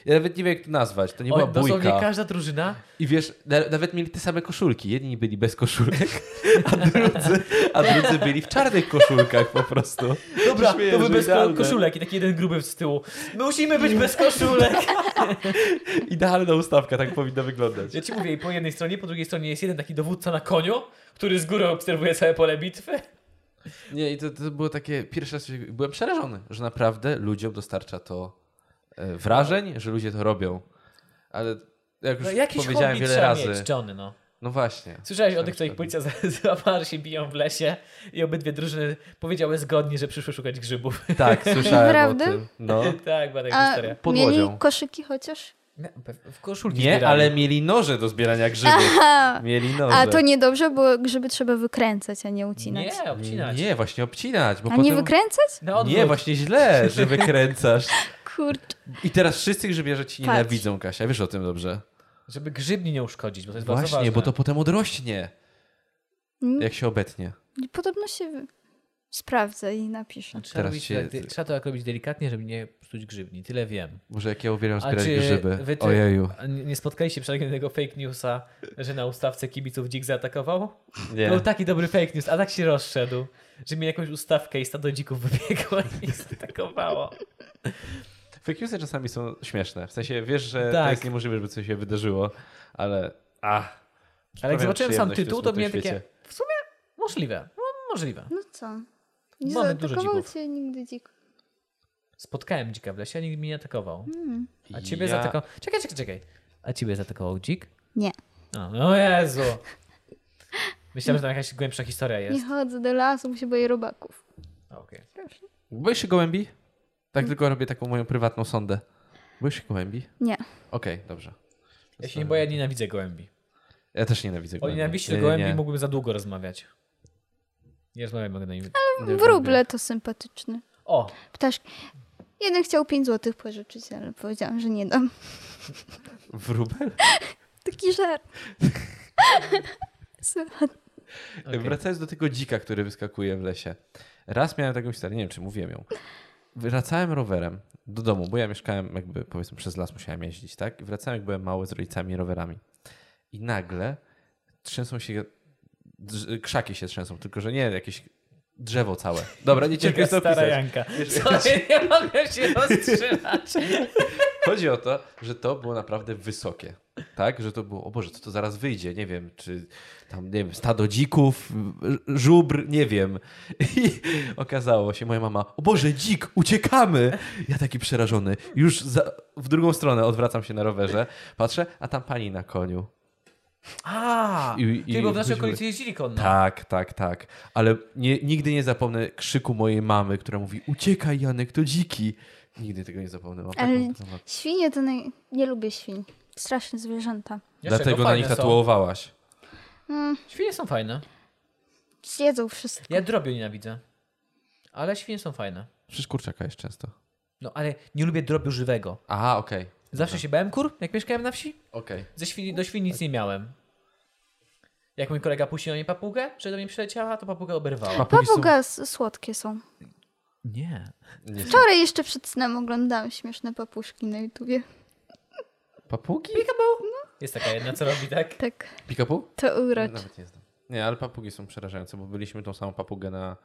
Ja nawet nie wiem jak to nazwać, to nie była o, dosłownie bójka. każda drużyna I wiesz, na, nawet mieli te same koszulki. Jedni byli bez koszulek, a drudzy, a drudzy byli w czarnych koszulkach po prostu. Dobra, Śmieję, to że był bez ko- idealne. koszulek i taki jeden gruby z tyłu. My musimy być bez koszulek. Idealna ustawka, tak powinna wyglądać. Ja ci mówię, i po jednej stronie, po drugiej stronie jest jeden taki dowódca na koniu, który z góry obserwuje całe pole bitwy. Nie, i to, to było takie, pierwszy raz byłem przerażony, że naprawdę ludziom dostarcza to e, wrażeń, że ludzie to robią. Ale jak już No, jakiś powiedziałem hobby wiele trzeba razy, mieć, Johnny, no. no właśnie. Słyszałeś o Jestem tych, których wtedy. policja za- złapała, że się biją w lesie i obydwie drużyny powiedziały zgodnie, że przyszły szukać grzybów. Tak, słyszałem Naprawdę? o tym. No. tak, była taka A historia. Pod mieli łodzią. koszyki chociaż? W koszulki Nie, ale mieli noże do zbierania grzybów. Aha! Mieli noże. A to niedobrze, bo grzyby trzeba wykręcać, a nie ucinać. Nie, obcinać. Nie, właśnie obcinać, bo A nie potem... wykręcać? Na odwrót. Nie, właśnie źle, że wykręcasz. Kurczę. I teraz wszyscy grzybierze ci Patrz. nienawidzą, Kasia. Wiesz o tym dobrze. Żeby Żeby grzybni nie uszkodzić, bo to jest bardzo Właśnie, ważne. bo to potem odrośnie, Mm, jak się obetnie. Podobno się wy- sprawdza i napisze. Trzeba, Teraz robić, się- tak- trzeba to tak robić delikatnie, żeby nie psuć grzybni. Tyle wiem. Boże, jak ja uwielbiam A zbierać czy grzyby. wy ty- Ojeju. A Nie nie spotkaliście przypadkiem tego fake newsa, że na ustawce kibiców dzik zaatakował? Nie. Był taki dobry fake news, a tak się rozszedł, że mieli jakąś ustawkę i stado dzików wybiegło i ich zaatakowało. Fake newsy czasami są śmieszne. W sensie wiesz, że Tak. to jest niemożliwe, żeby coś się wydarzyło, ale... Ach. Ale jak Sprawiają zobaczyłem sam przyjemność w tym tytuł, to smutnym miałem takie, świecie. w sumie możliwe, no, możliwe. No co? Nie Mamy dużo zaatakował dzików. cię nigdy dzik. Spotkałem dzika w lesie, a nikt mnie nie atakował. A ciebie Mm. Ja- zaatakował... Czekaj, czekaj, czekaj. A ciebie zaatakował dzik? Nie. O, no Jezu! Myślałem, że tam jakaś głębsza historia jest. Nie chodzę do lasu, bo się boję robaków. A, okej. Boisz się gołębi? Mm. Tak tylko robię taką moją prywatną sondę. Boisz się gołębi? Nie. Okej, dobrze. Ja się nie boję, nienawidzę gołębi. Ja też nienawidzę O gołębi. nienawiści Nie, do nie, gołębi nie. mógłbym za długo rozmawiać. Nie rozmawiam o gołębi. Nie lubię. Wróble to sympatyczne. O, Ptaszki. Jeden chciał 5 zł pożyczyć, ale powiedziałam, że nie dam. Wróbel? Taki żart. Słuchaj, okej. Wracając do tego dzika, który wyskakuje w lesie. Raz miałem taką historię, nie wiem czy mówiłem ją. Wracałem rowerem do domu, bo ja mieszkałem jakby powiedzmy przez las musiałem jeździć, tak? I wracałem jak byłem mały z rodzicami rowerami. I nagle trzęsą się, drz- krzaki się trzęsą, tylko że nie jakieś drzewo całe. Dobra, nie ciężko Taka jest to stara opisać. Janka. Co, nie mogę się rozstrzymać. Chodzi o to, że to było naprawdę wysokie. Tak, że to było, o Boże, co to zaraz wyjdzie, nie wiem, czy tam, nie wiem, stado dzików, ż- żubr, nie wiem. I okazało się, moja mama, o Boże, dzik, uciekamy! Ja taki przerażony, już za, w drugą stronę odwracam się na rowerze, patrzę, a tam pani na koniu. A, I- ty, i bo w naszej chodzimy- okolicy no. jeździli konno. Tak, tak, tak. Ale nie, nigdy nie zapomnę krzyku mojej mamy, która mówi, uciekaj Janek, to dziki. Nigdy tego nie zapomnę. Mam taką- Ale taką- No. świnie to naj... nie lubię świń. Straszne zwierzęta. Jeszcze, Dlatego no, na fajne nich są. tatuowałaś. Świnie są fajne. Zjedzą wszystko. Ja drobiu nienawidzę. Ale świnie są fajne. Przecież kurczaka jest często. No ale nie lubię drobiu żywego. Aha, okej. Zawsze się bałem kur, jak mieszkałem na wsi. Okej. Ze świni, do świn nic nie miałem. Jak mój kolega puścił na mnie papugę, czy do mnie przyleciała, to papugę oberwała. Papuga s- słodkie są. Nie. Nie są. Wczoraj jeszcze przed snem oglądałam śmieszne papuszki na YouTubie. Papugi? Jest taka jedna, co robi tak. Tak, Pikapu? to urocze. Nawet nie znam. Nie, ale papugi są przerażające, bo byliśmy tą samą papugę na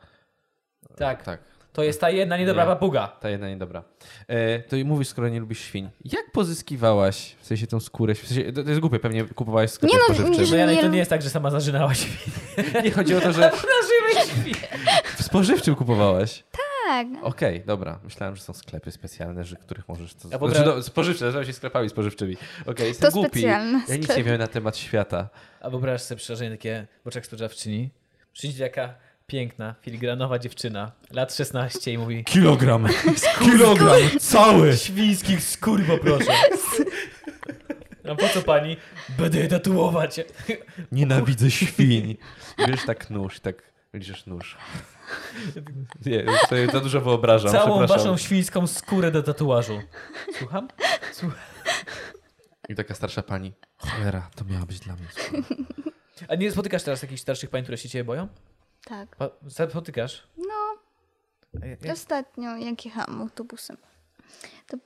Tak. Tak, To jest ta jedna niedobra Nie. papuga. ta jedna niedobra. E, to i mówisz, skoro nie lubisz świń. Jak pozyskiwałaś w sensie tą skórę? W sensie, to, to jest głupie, pewnie kupowałaś w sklepie Nie no, spożywczym. No Janek, to Nie- nie jest tak, że sama zażynała świnie. Nie, chodzi o to, że Zażyłeś świnie. w spożywczym kupowałaś. Tak, Okej, dobra. Myślałem, że są sklepy specjalne, że których możesz to... A po Znaczy, pra- no, spożywcze, nazywam się sklepami spożywczymi. Okej, jestem głupi. Ja specjalne nic nie sklepy. wiem na temat świata. A wyobraź sobie przerażenie takie, boczek sprzedawczyni. Przyjdzie jaka piękna, filigranowa dziewczyna, lat 16 i mówi Kilogram. Kilogram. Cały. Świńskich skór poproszę. A po co pani? Będę je tatuować. Nienawidzę świń. Bierzesz tak nóż, tak liczysz nóż. Nie, sobie za dużo wyobrażam. Całą przepraszam. waszą świńską skórę do tatuażu. Słucham? Słucham. I taka starsza pani. Cholera, to miała być dla mnie. Tak A skóra. nie spotykasz teraz jakichś starszych pań, które się ciebie boją? Tak. Pa- Spotykasz? No, A ja- ja- ostatnio jak jechałam autobusem, to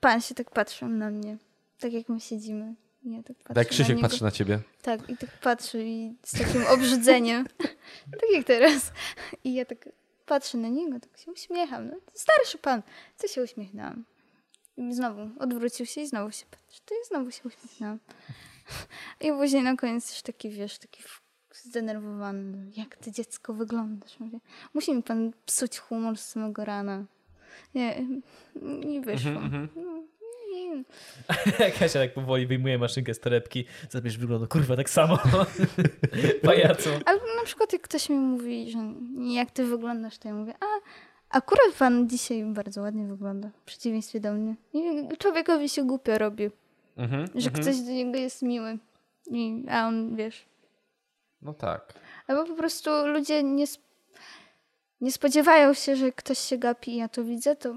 pan się tak patrzył na mnie, tak jak my siedzimy. i Ja tak patrzę Tak, Krzysiek na niego. patrzy na ciebie. Tak, i tak patrzy i z takim obrzydzeniem. tak jak teraz. I ja tak patrzę na niego, tak się uśmiecham. No, starszy pan, co się uśmiechnęłam? I znowu odwrócił się i znowu się patrzy. To ja znowu się uśmiechnęłam. I później na koniec już taki, wiesz, taki w- zdenerwowany. No, Jak ty dziecko wyglądasz? Mówię, musi mi pan psuć humor z samego rana. Nie, nie wyszło. Mhm, Mhm, No, nie. Kasia tak powoli wyjmuje maszynkę z torebki. Zabierz wygląda kurwa tak samo. Pajacu. Albo na przykład jak ktoś mi mówi, że jak ty wyglądasz, to ja mówię, a akurat pan dzisiaj bardzo ładnie wygląda, w przeciwieństwie do mnie. I człowiekowi się głupio robi, Mhm, że mhm. ktoś do niego jest miły, I, a on, wiesz. No tak. Albo po prostu ludzie nie, sp- nie spodziewają się, że ktoś się gapi i ja to widzę, to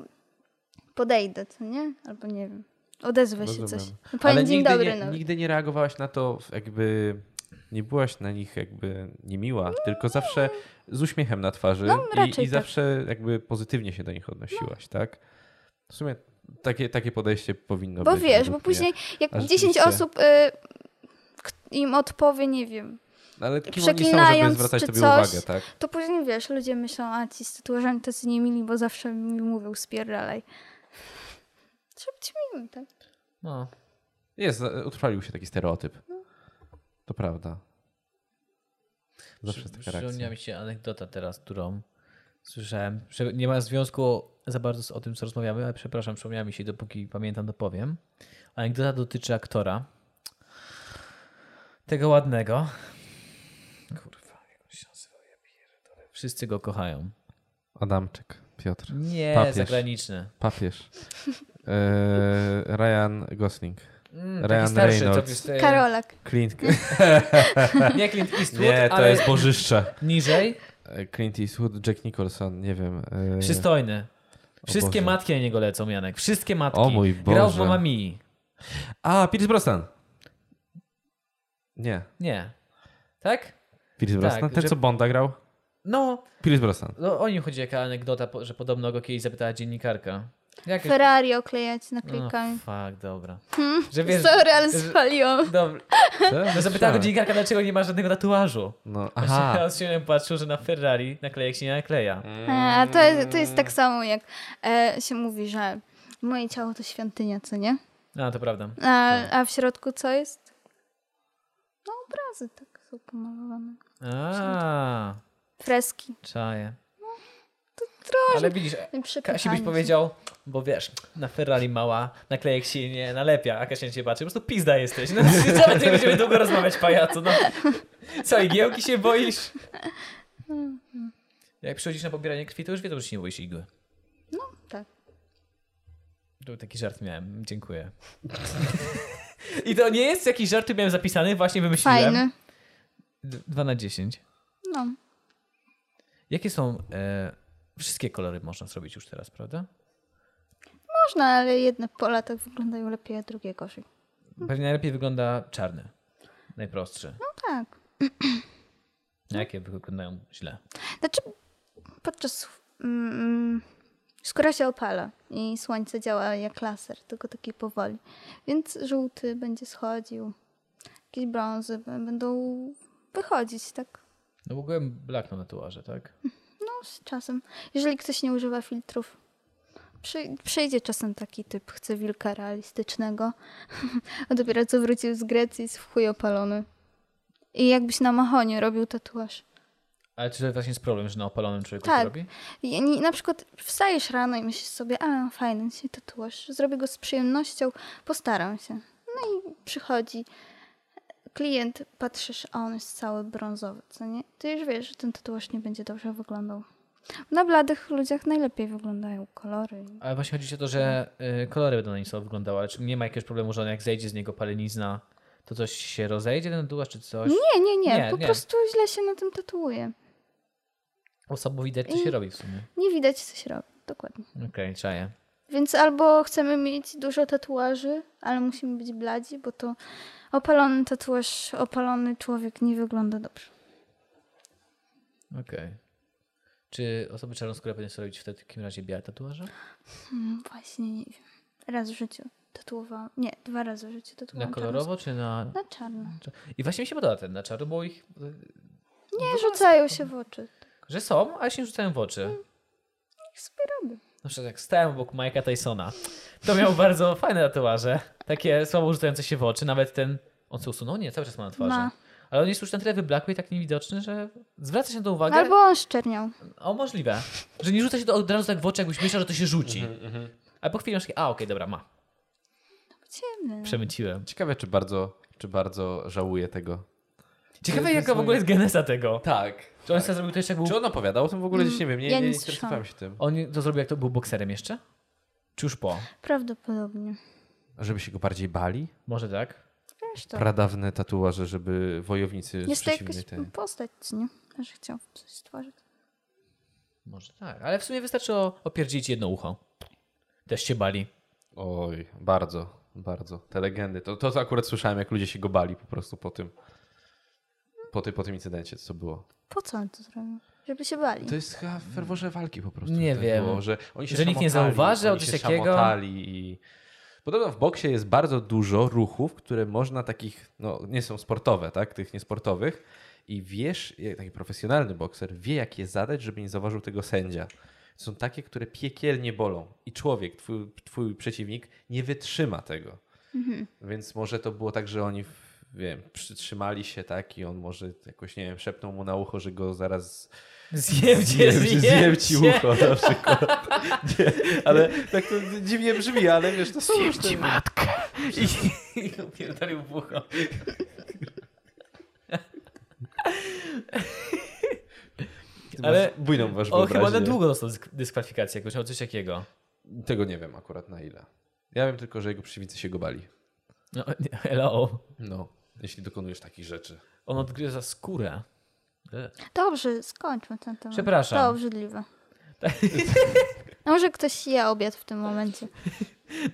podejdę, to nie? Albo nie wiem, odezwę się coś. Rozumiem. No, powiem Ale dzień nigdy, dobry nie, nawet. nigdy nie reagowałaś na to w- jakby... Nie byłaś na nich jakby niemiła, tylko zawsze z uśmiechem na twarzy No, i, raczej i tak. No. zawsze jakby pozytywnie się do nich odnosiłaś, tak? W sumie takie, takie podejście powinno Bo być. wiesz, bo według później A jak 10 rzeczywiście. osób y, k- im odpowie, nie wiem, mnie. Ale kim oni są, żeby przeklinając zwracać czy tobie coś, uwagę, tak? To później wiesz, ludzie myślą, a ci z tatuażami tacy nie mili, bo zawsze mi mówią spierdalaj. Trzeba być miłym, tak? No. Jest, e, utrwalił się taki stereotyp. To prawda. Zawsze jest taka Przypomniała reakcja. mi się anegdota teraz, którą słyszałem. Prze- Nie ma związku za bardzo z o tym, co rozmawiamy, ale przepraszam, przypomniała mi się, dopóki pamiętam, to powiem. Anegdota dotyczy aktora. Tego ładnego. Kurwa, jak on się nazywał, ja pierdolę. Wszyscy go kochają. Adamczyk, Piotr. Nie, Papież. zagraniczny. Papież. Eee, Ryan Gosling. Mm, Ryan taki starszy, Reynolds. to jest, e, Karolak. Clint... Nie Clint Eastwood, Nie, to ale jest bożyszcze. niżej. Eee, Clint Eastwood, Jack Nicholson, nie wiem. eee, Przystojny. Wszystkie Boże. matki na niego lecą, Janek. Wszystkie matki. O mój Grał w Boże. Mamma Mii. A, Pierce Brosnan. Nie. Nie. Tak? Pierce Brosnan? Ten, że- co Bonda grał? No, Pierce Brosnan. no o nim chodzi jaka anegdota, po- że podobno go kiedyś zapytała dziennikarka. Jak Ferrari oklejać naklejkami. fuck, dobra. Hmm. Że wiesz, Sorry, ale No. że- spaliłam. dobra. No zapytała go dziennikarka, dlaczego nie ma żadnego tatuażu. No, Aha. aha. On się patrzył, że na Ferrari naklejek się nie nakleja. A, to, jest- to jest tak samo, jak e, się mówi, że moje ciało to świątynia, co nie? No, to prawda. A, a w środku co jest? No obrazy tak są pomalowane. A, Freski. No czaję. Trochę Ale widzisz, Kasi przypychanie byś się. powiedział, bo wiesz, na Ferrari mała, naklejek się nie nalepia, a Kasia na ciebie patrzy, po prostu pizda jesteś. No, co my tutaj będziemy długo rozmawiać, pajacu, no. Co, igiełki się boisz? Jak przychodzisz na pobieranie krwi, to już wiadomo, że się nie boisz igły. Tak. To taki żart miałem, dziękuję. I to nie jest jakiś żart, który miałem zapisany, właśnie wymyśliłem. Fajny. D- 2 na 10. No. Jakie są... E, wszystkie kolory można zrobić już teraz, prawda? Można, ale jedne po latach wyglądają lepiej, a drugie gorzej. Mhm. Pewnie najlepiej wygląda czarny. Najprostszy. No tak. Jakie wyglądają źle? Znaczy, podczas. Mm, skóra się opala i słońce działa jak laser, tylko taki powoli. Więc żółty będzie schodził, jakieś brązy b- będą wychodzić, tak? No w ogóle blak na tatuaże, tak? No, z czasem. Jeżeli ktoś nie używa filtrów. Przy, przyjdzie czasem taki typ, chce wilka realistycznego, a dopiero co wrócił z Grecji jest w chuj opalony. I jakbyś na mahonie robił tatuaż. Ale czy to właśnie jest problem, że na opalonym człowieku Tak. to robi? I, i na przykład wstajesz rano i myślisz sobie, a fajny dzisiaj tatuaż, zrobię go z przyjemnością, postaram się. No i przychodzi klient, patrzysz, a on jest cały brązowy, co nie? Ty już wiesz, że ten tatuaż nie będzie dobrze wyglądał. Na bladych ludziach najlepiej wyglądają kolory. Ale właśnie chodzi o to, że y, kolory będą na nim sobie wyglądały, ale czy nie ma jakiegoś problemu, że on jak zejdzie z niego palenizna, to coś się rozejdzie, ten dułasz czy coś? Nie, nie, nie, Nie, po nie. prostu źle się na tym tatuuje. Osobo widać, co się I- robi w sumie. Nie widać, co się robi, dokładnie. Okej, czaję. Więc albo chcemy mieć dużo tatuaży, ale musimy być bladzi, bo to opalony tatuaż, opalony człowiek nie wygląda dobrze. Okej. Czy osoby czarnoskóre powinny sobie robić wtedy w takim razie białe tatuaże? Mm, Właśnie nie wiem. Raz w życiu tatuowałam. Nie, dwa razy w życiu Na tatuowałam. kolorowo Mhm. czy na... czarno- Na czarno. I właśnie mi się podoba ten na czarno, bo ich... Nie, rzucają się w oczy. Że są, ale się nie rzucają w oczy. No, Wspieramy. Na przykład jak stałem obok Mike'a Tysona, to miał bardzo fajne tatuaże. Takie słabo rzucające się w oczy. Nawet ten... On się usunął? Nie, cały czas ma na twarzy. Ma. Ale on jest już na tyle wyblakły i tak niewidoczny, że zwraca się na to uwagę. Albo on szczerniał. O, możliwe. Że nie rzuca się to od razu tak w oczy, jakbyś myślał, że to się rzuci. A po chwili masz takie, a okej, dobra, ma. Ciemny. no. Przemyciłem. Ciekawe, czy bardzo, czy bardzo żałuję tego. Ciekawe jaka w ogóle jest geneza tego. Tak. Czy on sobie zrobił to jeszcze jak Czy był... on opowiadał o tym w ogóle? Dziś nie wiem, nie, Mm, ja nie, nie nie słyszałam. interesowałem się tym. On to zrobił jak to był bokserem jeszcze? Czy już po? Prawdopodobnie. Żeby się go bardziej bali? Może tak? Zresztą. Pradawne tatuaże, żeby wojownicy z Jest to jakaś przeciwnej tej... postać, co nie? Że chciał coś stworzyć. Może tak. Ale w sumie wystarczy o- opierdzić jedno ucho. Też się bali. Oj, bardzo, bardzo. Te legendy. To, to akurat słyszałem, jak ludzie się go bali po prostu po tym. Po, ty, po tym incydencie, co było. Po co on to zrobił? Żeby się bali. To jest chyba w ferworze walki po prostu. Nie to wiem. Było, że oni się Że nikt nie szamotali, zauważył, oni coś się takiego. szamotali i... Podobno w boksie jest bardzo dużo ruchów, które można takich, no nie są sportowe, tak? Tych niesportowych. I wiesz, jak taki profesjonalny bokser wie, jak je zadać, żeby nie zauważył tego sędzia. Są takie, które piekielnie bolą. I człowiek, twój, twój przeciwnik, nie wytrzyma tego. Więc może to było tak, że oni, wiem, przytrzymali się, tak? I on może jakoś, nie wiem, szepnął mu na ucho, że go zaraz Zjem cię, Zjem ci- zjem ci cię. ucho na przykład. Nie, ale tak to dziwnie brzmi, ale wiesz, to są już te... matkę. I, i upierdolił w ucho. ale- Ale bujną wasz O, chyba na wyobraźnię. długo dostał dysk- dyskwalifikację jakąś, albo coś takiego. Tego nie wiem akurat na ile. Ja wiem tylko, że jego przeciwnicy się go bali. No, nie, hello. No, jeśli dokonujesz takich rzeczy. On odgryza skórę. E. Dobrze, skończmy ten temat. Przepraszam. To obrzydliwe. A może ktoś je obiad w tym momencie.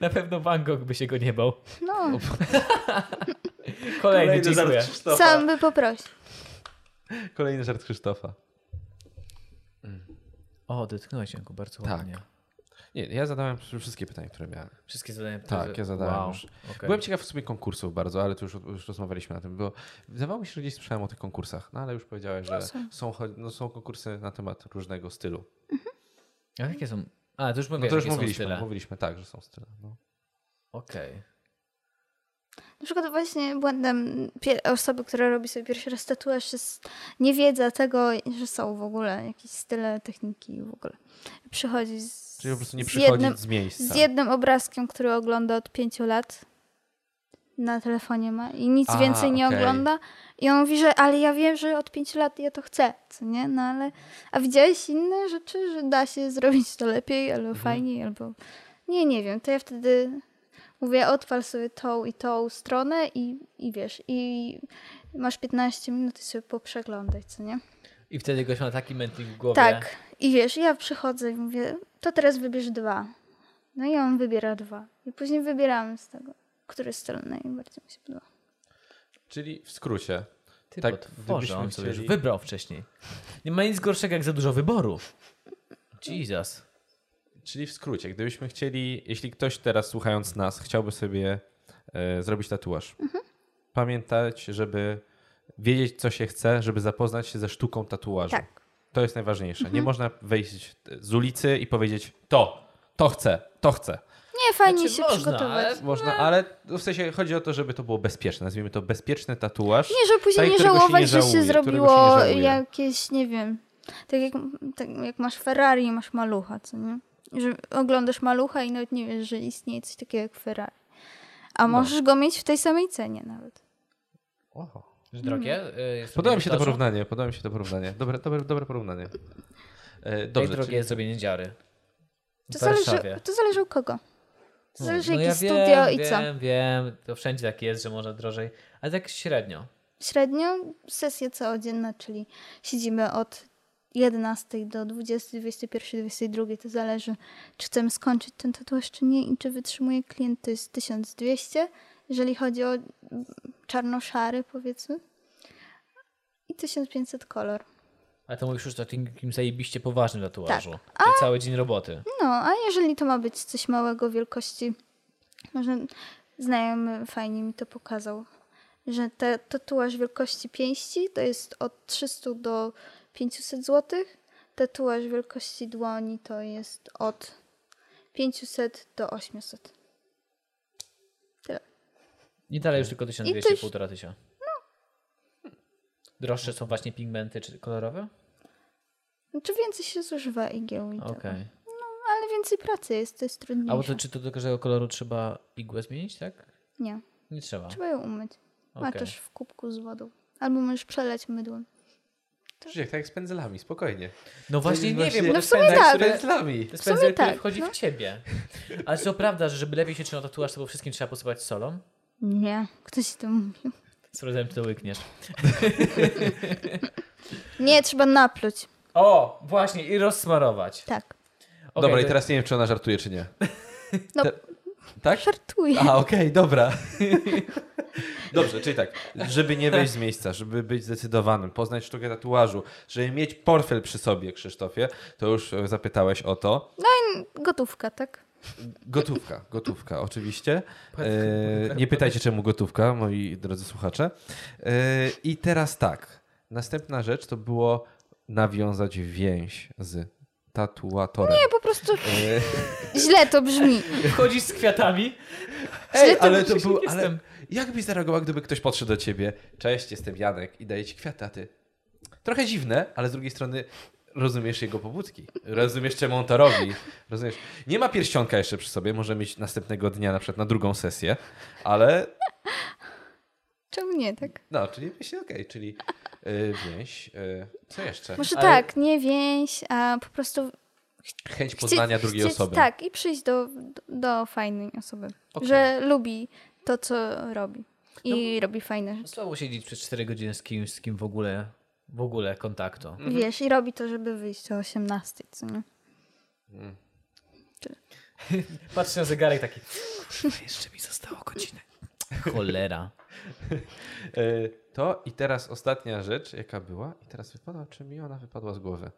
Na pewno Van Gogh by się go nie bał. No, Kolejny, dziękuję. sam by poprosił. Kolejny żart Krzysztofa. O, dotknąłeś się go bardzo Tak. ładnie. Nie, ja zadałem wszystkie pytania, które miałem. Wszystkie zadania. Tak, ja zadałem wow. już. okej. Byłem ciekaw w sumie konkursów bardzo, ale tu już, już rozmawialiśmy na tym, bo wydawało mi się, że gdzieś słyszałem o tych konkursach, no ale już powiedziałeś, że są. są, cho- no, są konkursy na temat różnego stylu. A jakie są? A, to już No mówię, to już jakie mówiliśmy, są style. mówiliśmy tak, że są style. No. Okej. Na przykład właśnie błędem pie- osoby, która robi sobie pierwszy raz tatuaż jest niewiedza tego, że są w ogóle jakieś style, techniki i w ogóle. Przychodzi z, Czyli po prostu nie z przychodzić jednym, z miejsca. z jednym obrazkiem, który ogląda od pięciu lat na telefonie ma i nic A, więcej nie okej. ogląda i on mówi, że ale ja wiem, że od pięciu lat ja to chcę, co nie? No ale a widziałeś inne rzeczy, że da się zrobić to lepiej albo Mhm. fajniej albo nie, nie wiem, to ja wtedy mówię, odpal sobie tą i tą stronę i, i wiesz, i masz 15 minut i sobie poprzeglądać, co nie? I wtedy goś ma taki mętlik w głowie. Tak. I wiesz, ja przychodzę i mówię, to teraz wybierz dwa. No i on wybiera dwa. I później wybieramy z tego, który styl najbardziej mi się podoba. Czyli w skrócie. Ty Tak, tak, potworze, gdybyśmy on sobie już chcieli- wybrał wcześniej. Nie ma nic gorszego jak za dużo wyborów. Jesus. Czyli w skrócie, gdybyśmy chcieli, jeśli ktoś teraz słuchając nas chciałby sobie e, zrobić tatuaż, Mhm. pamiętać, żeby wiedzieć, co się chce, żeby zapoznać się ze sztuką tatuażu. Tak. To jest najważniejsze. Nie można wejść z ulicy i powiedzieć to, to chcę, to chcę. Nie, fajnie Znaczy, się można, przygotować. ale- Można, ale w sensie chodzi o to, żeby to było bezpieczne. Nazwijmy to bezpieczny tatuaż. Nie, że później Tak, nie którego się żałować, nie że się żałuje, zrobiło którego się nie żałuje. jakieś, nie wiem, tak jak, tak jak masz Ferrari, masz malucha, co nie? Że oglądasz malucha i nawet nie wiesz, że istnieje coś takiego jak Ferrari. No. A możesz go mieć w tej samej cenie nawet. Oho. Drogie? y, jest Podoba robienie mi się to tatuażu? porównanie, podoba mi się to porównanie. Dobre, dobre, dobre porównanie. E, Jak dobrze, drogie czyli, jest zrobienie dziary? To W zależy, Warszawie. to zależy u kogo. To zależy No jakie ja studio wiem, i co. Wiem, wiem, to wszędzie tak jest, że można drożej, ale tak średnio. Średnio sesja całodzienna, czyli siedzimy od 11 do 20, 21, 22. To zależy, czy chcemy skończyć ten tatuaż, czy nie i czy wytrzymuje klient. To jest 1200, jeżeli chodzi o mm, czarno-szary, powiedzmy. I 1500 kolor. Ale to mówisz już o takim takim zajebiście poważnym tatuażu. Tak. To cały dzień roboty. No, a jeżeli to ma być coś małego wielkości, może znajomy fajnie mi to pokazał, że te tatuaż wielkości pięści to jest od 300 do 500 zł, tatuaż wielkości dłoni to jest od 500 do 800. I dalej już tylko I tyś- 1200-1500 tysiąca. Droższe są właśnie pigmenty czy kolorowe? Znaczy więcej się zużywa igieł i Okej. tego. Ale więcej pracy jest, to jest A bo trudniejsze. to, czy to do każdego koloru trzeba igłę zmienić, tak? Nie, Nie trzeba. trzeba ją umyć. Okej. Maczysz w kubku z wodą. Albo możesz przelać mydłem. Krzysiek, tak jak z pędzlami, spokojnie. No właśnie nie wiem, bo to No w jest sumie pędzel, tak. Z który- pędzlami. To jest W sumie pędzel, który tak, wchodzi no. w ciebie. Ale to prawda, że żeby lepiej się trzymał tatuaż, to po wszystkim trzeba posypać solą? Nie, ktoś to mówił. Sprawdzałem, czy to łykniesz. Nie, trzeba napluć. O, właśnie, i rozsmarować. Tak. Okej, dobra, i to- teraz nie wiem, czy ona żartuje, czy nie. No. Te- tak? Żartuję. A, okej, dobra. Dobrze, czyli tak, żeby nie wejść z miejsca, żeby być zdecydowanym, poznać sztukę tatuażu, żeby mieć portfel przy sobie, Krzysztofie, to już e, zapytałeś o to. Gotówka, tak? Gotówka, gotówka, oczywiście. E, nie pytajcie, czemu gotówka, moi drodzy słuchacze. E, I teraz tak, następna rzecz to było nawiązać więź z tatuatorem. Nie, po prostu E, źle to brzmi. Wchodzisz z kwiatami. Ej, to ale to Krzysiek był. jestem. Ale jak byś zareagowała, gdyby ktoś podszedł do ciebie? Cześć, jestem Janek i daję ci kwiaty, a ty. Trochę dziwne, ale z drugiej strony rozumiesz jego pobudki. Rozumiesz, czemu on to robi. Rozumiesz. Nie ma pierścionka jeszcze przy sobie, może mieć następnego dnia, na przykład na drugą sesję, ale. Czemu nie, tak? No, czyli myślę, okej, czyli y, więź. Y, co jeszcze? Może Ale- tak, nie więź, a po prostu... Chęć chcie- poznania drugiej chcieć- osoby. Tak, i przyjść do, do, do fajnej osoby. Okej. Że lubi to, co robi. I No. robi fajne rzeczy. Słabo siedzieć przez 4 godziny z kimś, z kim w ogóle, w ogóle kontaktu. Mhm. Wiesz, i robi to, żeby wyjść o 18, co nie? Patrzę na zegarek taki, kurwa, jeszcze mi zostało godzinę. Cholera. Y, to i teraz ostatnia rzecz, jaka była, i teraz wypadła, czy mi ona wypadła z głowy?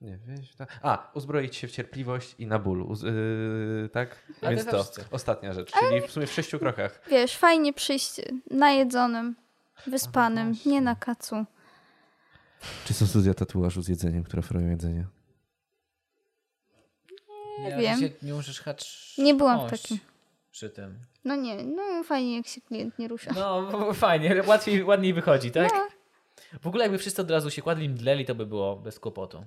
Nie, wiesz, ta... A, uzbroić się w cierpliwość i na ból, uz- y, tak? Ale Więc to to, zawsze. ostatnia rzecz, czyli w sumie w sześciu krokach. Wiesz, fajnie przyjść najedzonym, No wyspanym, nie na kacu. Czy są studia tatuażu z jedzeniem, które oferują jedzenie? Nie wiem. Nie możesz hać. Nie byłam w takim. Przy tym. No nie, no fajnie, jak się klient nie rusza. No, w- fajnie, łatwiej, ładniej wychodzi, tak? No. W ogóle jakby wszyscy od razu się kładli i mdleli, to by było bez kłopotu.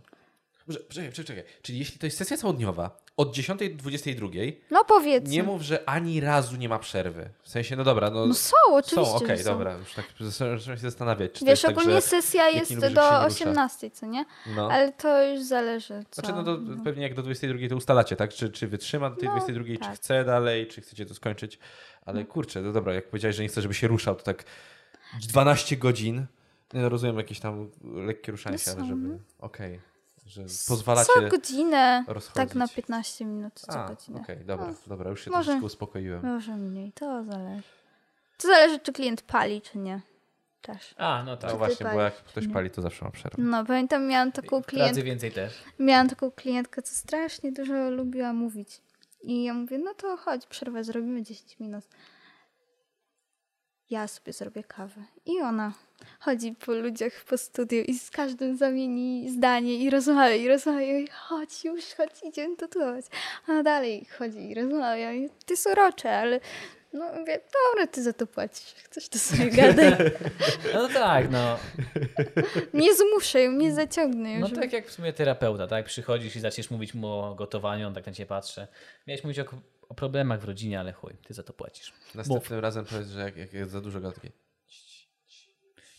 Dobrze, Czekaj, czekaj, czekaj. Czyli jeśli to jest sesja całodniowa, od 10 do 22, No powiedz. nie mów, że ani razu nie ma przerwy. W sensie, no dobra, no, No są, są, oczywiście. okej, że są. dobra, już tak zacząłem się zastanawiać. Czy to Wiesz, jest ogólnie tak, że... sesja jak jest nie lubisz, się nie do rusza. 18, co nie? no. Ale to już zależy. Co. Znaczy, no to pewnie jak do 22 to ustalacie, tak? Czy, czy wytrzyma do tej No, 22, tak. czy chce dalej, czy chcecie to skończyć. Ale kurczę, no dobra, jak powiedziałeś, że nie chcesz, żeby się ruszał, to tak 12 godzin. Nie no, rozumiem jakieś tam lekkie ruszanie No się, ale są, żeby. no. Okej, że S- pozwalacie. Co godzinę, rozchodzić. tak na 15 minut, co A, okej, godzinę. dobra, dobra, już się może. no, troszeczkę uspokoiłem. Może mniej, to zależy. To zależy, czy klient pali, czy nie. Też. A, no tak. No właśnie, bo palisz, jak ktoś pali, to zawsze ma przerwę. No, pamiętam, miałam taką klient, Razy więcej też. miałam taką klientkę, co strasznie dużo lubiła mówić. I ja mówię, no to chodź, przerwę zrobimy 10 minut. ja sobie zrobię kawę. I ona chodzi po ludziach po studiu i z każdym zamieni zdanie i rozmawia, i rozmawia, i chodź już, chodź, idziemy tatuować. A dalej chodzi i rozmawia, i to jest urocze, ale no mówię, dobra, ty za to płacisz, jak chcesz to sobie gadaj. No tak, no. Nie zmuszę ją, nie zaciągnę No już. tak jak w sumie terapeuta, tak? Przychodzisz i zaczniesz mówić mu o gotowaniu, on tak na ciebie patrzy. Miałeś mówić o, o problemach w rodzinie, ale chuj, ty za to płacisz. Następnym razem powiedz, że jak, jak jest za dużo gadki.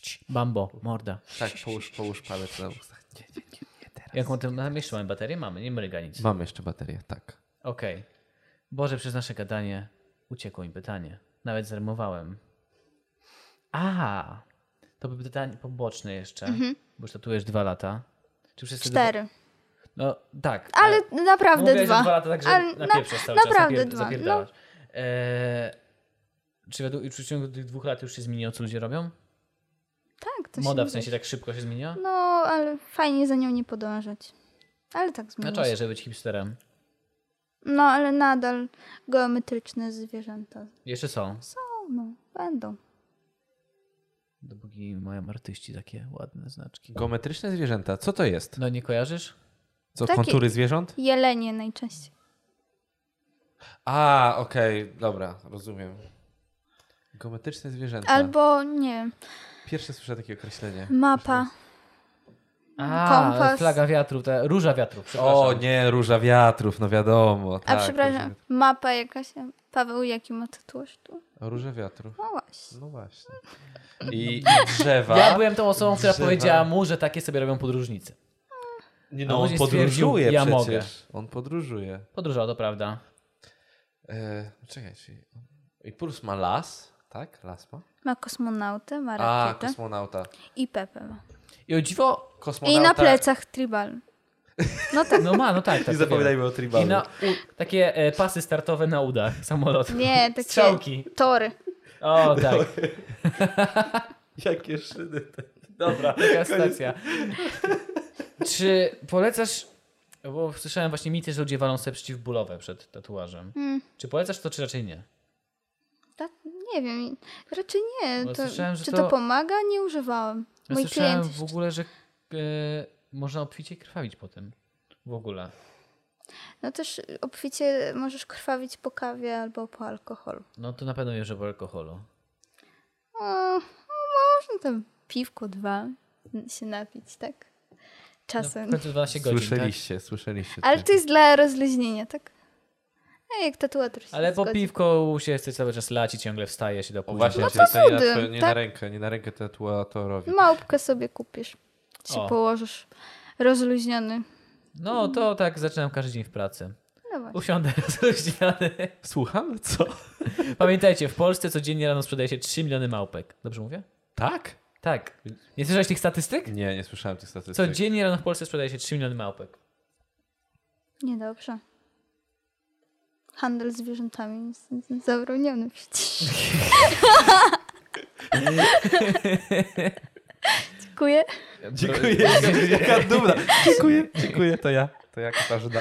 Cii, Bambo, morda. Tak, połóż, połóż palec na ustach. Nie, nie, nie, nie tak teraz. Jaką tę mamy jeszcze mamy baterię? Mamy, nie mryga nic. Mam jeszcze baterię, tak. Okej. Boże, przez nasze gadanie uciekło mi pytanie. Nawet zermowałem. A, to by pytanie poboczne jeszcze, bo już tatujesz dwa lata. Czy przez te Mhm. Cztery. Dwa... No tak. Ale No, naprawdę mówiłaś, że dwa. dwa lata, także Ale na, na- cały czas, naprawdę napier- dwa, no. zapierdalasz. Eee, czy według, czy w ciągu tych dwóch lat już się zmieniło, co ludzie robią? Tak, to Moda się w sensie tak szybko się zmieniła? No, ale fajnie za nią nie podążać. Ale tak Na zmienia się. czaję, żeby być hipsterem. No, ale nadal geometryczne zwierzęta Jeszcze są. są, no, będą. Dopóki mają artyści takie ładne znaczki. Geometryczne zwierzęta, co to jest? No nie kojarzysz? Co, Takie- kontury zwierząt? Jelenie najczęściej. A, okej, dobra, rozumiem. Geometryczne Tak. zwierzęta. Albo, nie wiem, Pierwsze słyszę takie określenie. mapa. Tak, A, Kompas. flaga wiatrów, ta róża wiatrów, przepraszam. O nie, róża wiatrów, no wiadomo. A tak, przepraszam, mapa jakaś. Paweł, jaki ma tatuaż tu? Róża, róża wiatrów. No właśnie. No właśnie. I drzewa. Ja byłem tą osobą, która Drzewa. powiedziała mu, że takie sobie robią podróżnicy. Nie, A no, on później podróżuje stwierdził, ja przecież. mogę. On podróżuje. Podróżował, to prawda. E, czekaj, czyli... I Puls ma las, tak? Las ma? Ma kosmonautę, ma A, rakietę kosmonauta. i Pepe ma. I o dziwo, kosmonauta. I na plecach tribal. No tak. no ma, no tak. tak Nie to zapominajmy wiem. o tribalu. I na u, takie e, pasy startowe na udach samolotu. Nie, takie Strzałki. tory. O, tak. Jakie szyny. Te... Dobra. Taka stacja. Czy polecasz, bo słyszałem właśnie mity, że ludzie walą sobie przeciwbólowe przed tatuażem. Mm, Czy polecasz to, czy raczej nie? tak, nie wiem, raczej nie. Bo To, słyszałem, że czy to... to- pomaga? Nie używałam. Ja Mój słyszałem klient. w ogóle, że e, można obficie krwawić po tym. W ogóle. No też obficie możesz krwawić po kawie albo po alkoholu. No to na pewno nie, że po alkoholu. O, no można tam piwko, dwa się napić, tak? No, Czasem. w końcu 12 godzin, tak? Słyszeliście, słyszeliście. Ale tak. to jest dla rozluźnienia, tak? A jak tatuator się Ale po zgodzi. piwku się chce cały czas lać i ciągle wstaje się do O późna. właśnie, No czyli to nie, na, cudy, twoje- nie na tak. No. rękę, nie na rękę tatuatorowi. Małpkę sobie kupisz. Się O. położysz rozluźniony. No to tak zaczynam każdy dzień w pracy. No właśnie. Usiądę rozluźniany. Słucham? Co? Pamiętajcie, w Polsce codziennie rano sprzedaje się 3 miliony małpek. Dobrze mówię? Tak? Tak. Nie słyszałeś tych statystyk? Nie, nie słyszałem tych statystyk. Codziennie rano w Polsce sprzedaje się 3 miliony małpek. Niedobrze. Handel zwierzętami jest zabroniony przecież. Dziękuję. Dziękuję. Jaka dumna. Dziękuję, dziękuję, to ja. To ja, Katarzyna.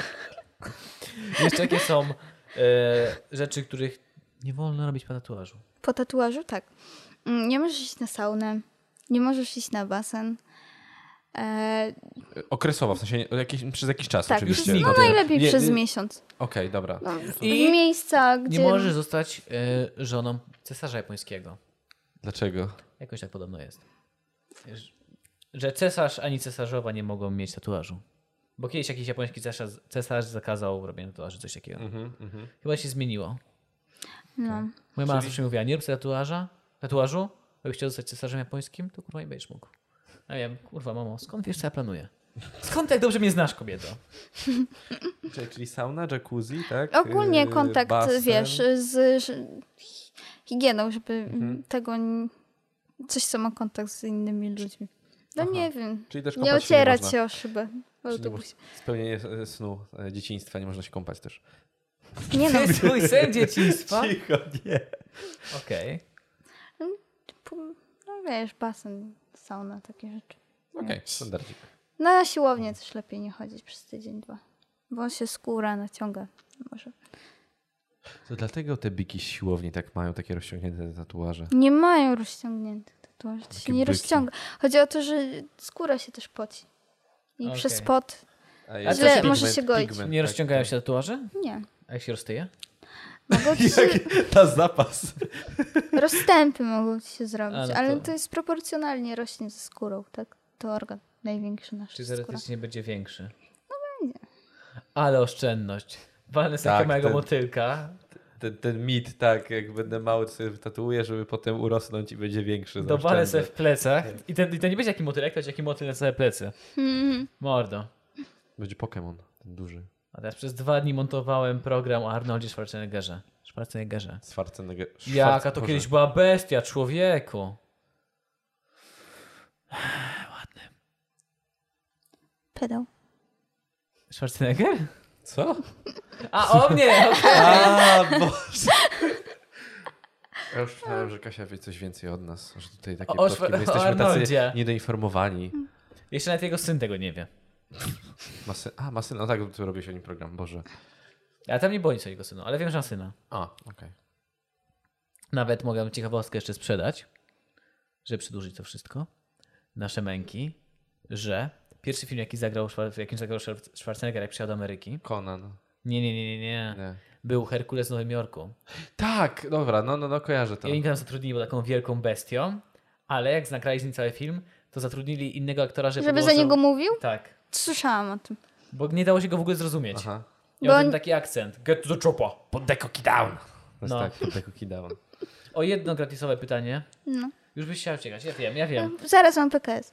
Jeszcze jakie są e, rzeczy, których nie wolno robić po tatuażu. Po tatuażu tak. Mm, Nie możesz iść na saunę. Nie możesz iść na basen. E, Okresowo, w sensie jakiś, przez jakiś czas tak, oczywiście. przez, no Okej, najlepiej Nie, przez nie- miesiąc. dobra. No, I I miejsca, Nie gdzie... możesz zostać e, żoną cesarza japońskiego. Dlaczego? Jakoś tak podobno jest. Ż- Że cesarz ani cesarzowa nie mogą mieć tatuażu. Bo kiedyś jakiś japoński cesarz, cesarz zakazał robienia tatuaży, coś takiego. Chyba się zmieniło. Tak. No. Moja mama zawsze mówiła, nie rób sobie tatuaża, tatuażu, bo chciał zostać cesarzem japońskim, to kurwa nie będziesz mógł. A ja, kurwa mamo, skąd wiesz co ja planuję? Skąd tak dobrze mnie znasz, kobieto? Czyli, czyli sauna, jacuzzi, tak? Ogólnie Yy, kontakt, basen. wiesz, z ż- higieną, żeby Mhm. tego... n- Coś, co ma kontakt z innymi ludźmi. No Aha. nie wiem. Czyli też Nie kąpać się ocierać można. się o szybę w Czyli nie autobusie. mo- Spełnienie e, snu e, dzieciństwa, nie można się kąpać też. Nie no, Twój sen dzieciństwa? Cicho, nie. Okej. typu, no wiesz, basen, sauna, takie rzeczy. Okej, standardzik. No, Na siłownię też lepiej nie chodzić przez tydzień, dwa. Bo się skóra naciąga. Może. To dlatego te biki z siłowni tak mają takie rozciągnięte tatuaże. Nie mają rozciągniętych tatuaży, to Takie się nie byki. rozciąga. Chodzi o to, że skóra się też poci. I Okej. przez pot A jest Źle, pigment, może się goić. Nie tak. rozciągają się tatuaże? Nie. A jak się roztyje? Mogą ci się, Jak na zapas. rozstępy mogą ci się zrobić, A, no ale to- to jest proporcjonalnie rośnie ze skórą, tak? To organ największy nasz. Czy skóra. teoretycznie będzie większy? No będzie. Ale oszczędność. Walnę sobie Tak, tak, mojego ten- motylka. Ten, ten mit, tak, jak będę mały, to sobie tatuuję, żeby potem urosnąć i będzie większy. Dowalę zaoszczędzę. sobie w plecach. I to, I to nie będzie jaki motylek, to będzie jaki motyl na całe plecy. Mhm. Mordo. Będzie Pokémon, ten duży. A teraz przez dwa dni montowałem program o Arnoldzie Schwarzeneggerze. Schwarzeneggerze. Schwarzenegger. Jaka to Schwarzenegger. kiedyś była bestia, człowieku. Ładny. Pedał. Schwarzenegger? Co? A, o mnie! okej. A, Boże. Ja już myślałem, że Kasia wie coś więcej od nas, że tutaj takie O- o plotki, my Szwa- o jesteśmy tacy Arnoldzie. niedoinformowani. Jeszcze nawet jego syn tego nie wie. Masy... A, Masy, no tak, tu robi się o nim program, Boże. A tam nie było nic o jego synu, ale wiem, że ma syna. A, okej. Nawet mogę ciekawostkę jeszcze sprzedać, żeby przedłużyć to wszystko. Nasze męki, że pierwszy film, jaki zagrał, Szwar- w jakim zagrał Szwar- Schwarzenegger, jak przyjechał do Ameryki. Conan. Nie, nie, nie, nie, nie. Nie. Był Herkules w Nowym Jorku. Tak, dobra, no, no, no kojarzę to. I oni tam zatrudnili go taką wielką bestią, ale jak nagrali z nim cały film, to zatrudnili innego aktora, żeby. Żeby za podłożył- niego mówił? Tak. Słyszałam o tym. Bo nie dało się go w ogóle zrozumieć. Aha. Miał Bo ten on- taki akcent. Get to the chopper. Put the cookie down. No. No. Tak, to tak ukidało. O jedno gratisowe pytanie. No. Już byś chciał uciekać. Ja wiem, ja wiem. Zaraz mam PKS.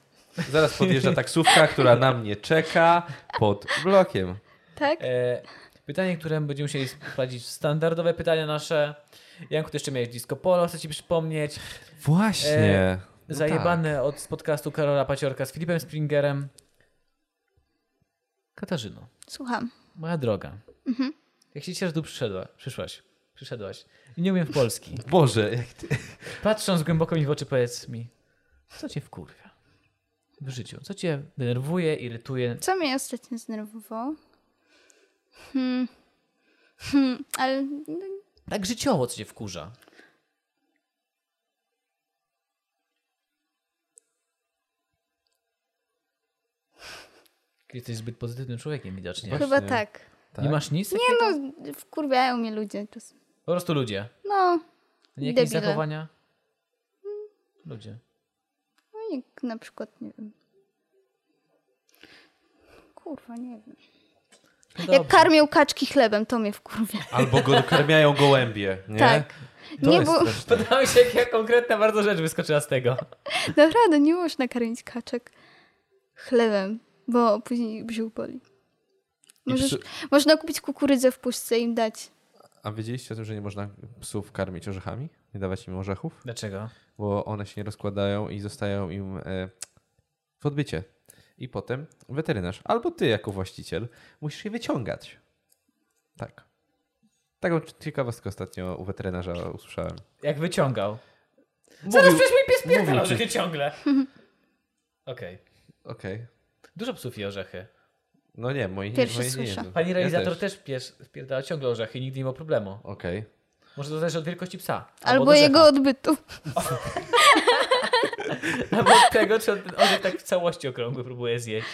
Zaraz podjeżdża taksówka, która na mnie czeka pod blokiem. Tak? E, pytanie, które będziemy musieli sprawdzić. Standardowe pytania nasze. Janku, ty jeszcze miałeś disco polo, chcę ci przypomnieć. Właśnie. E, No Zajebane od z podcastu Karola Paciorka z Filipem Springerem. Katarzyno, Słucham. moja droga. Jak się cieszę, że tu przyszedła, przyszłaś. Przyszedłaś. Nie umiem Polski. Tak. Boże, jak ty... Patrząc głęboko mi w oczy, powiedz mi, co cię wkurwia w życiu? Co cię denerwuje, irytuje? Co mnie ostatnio zdenerwowało? Hmm. Hmm. Ale no, Tak życiowo, co cię wkurza? Ty jesteś zbyt pozytywnym człowiekiem widocznie. Właśnie. chyba tak. Tak? Nie masz nic? Nie no, wkurwiają mnie ludzie czasem. Po prostu ludzie. No, Nie jakieś Debile. zachowania? Ludzie. No jak na przykład, nie wiem. Kurwa, nie wiem. No Jak dobrze. karmią kaczki chlebem, to mnie wkurwia. Albo go dokarmiają gołębie, nie? Tak. To nie, jest bo straszne. Podoba mi się, jaka konkretna bardzo rzecz wyskoczyła z tego. naprawdę nie można karmić kaczek chlebem, bo później brzuch boli. I Możesz, przy- Można kupić kukurydzę w puszce i im dać. A wiedzieliście o tym, że nie można psów karmić orzechami? Nie dawać im orzechów? Dlaczego? Bo one się nie rozkładają i zostają im e, w odbycie. I potem weterynarz albo ty jako właściciel musisz je wyciągać. Tak. Taką ciekawostkę ostatnio u weterynarza usłyszałem. Jak wyciągał. Zaraz Mówił- przecież mój pies mówił pierdala ci. orzechy ciągle. Okej. Okej. Dużo psów je orzechy. No nie, moi nie- Pierwszy moi nie słyszę. jedzą. Pani realizator Ja też. też, pies pierdala ciągle orzechy i nigdy nie ma problemu. Okej. Może to zależy od wielkości psa. Albo od jego odbytu. orzecha. Albo od tego, czy on ten orzech tak w całości okrągły próbuje zjeść.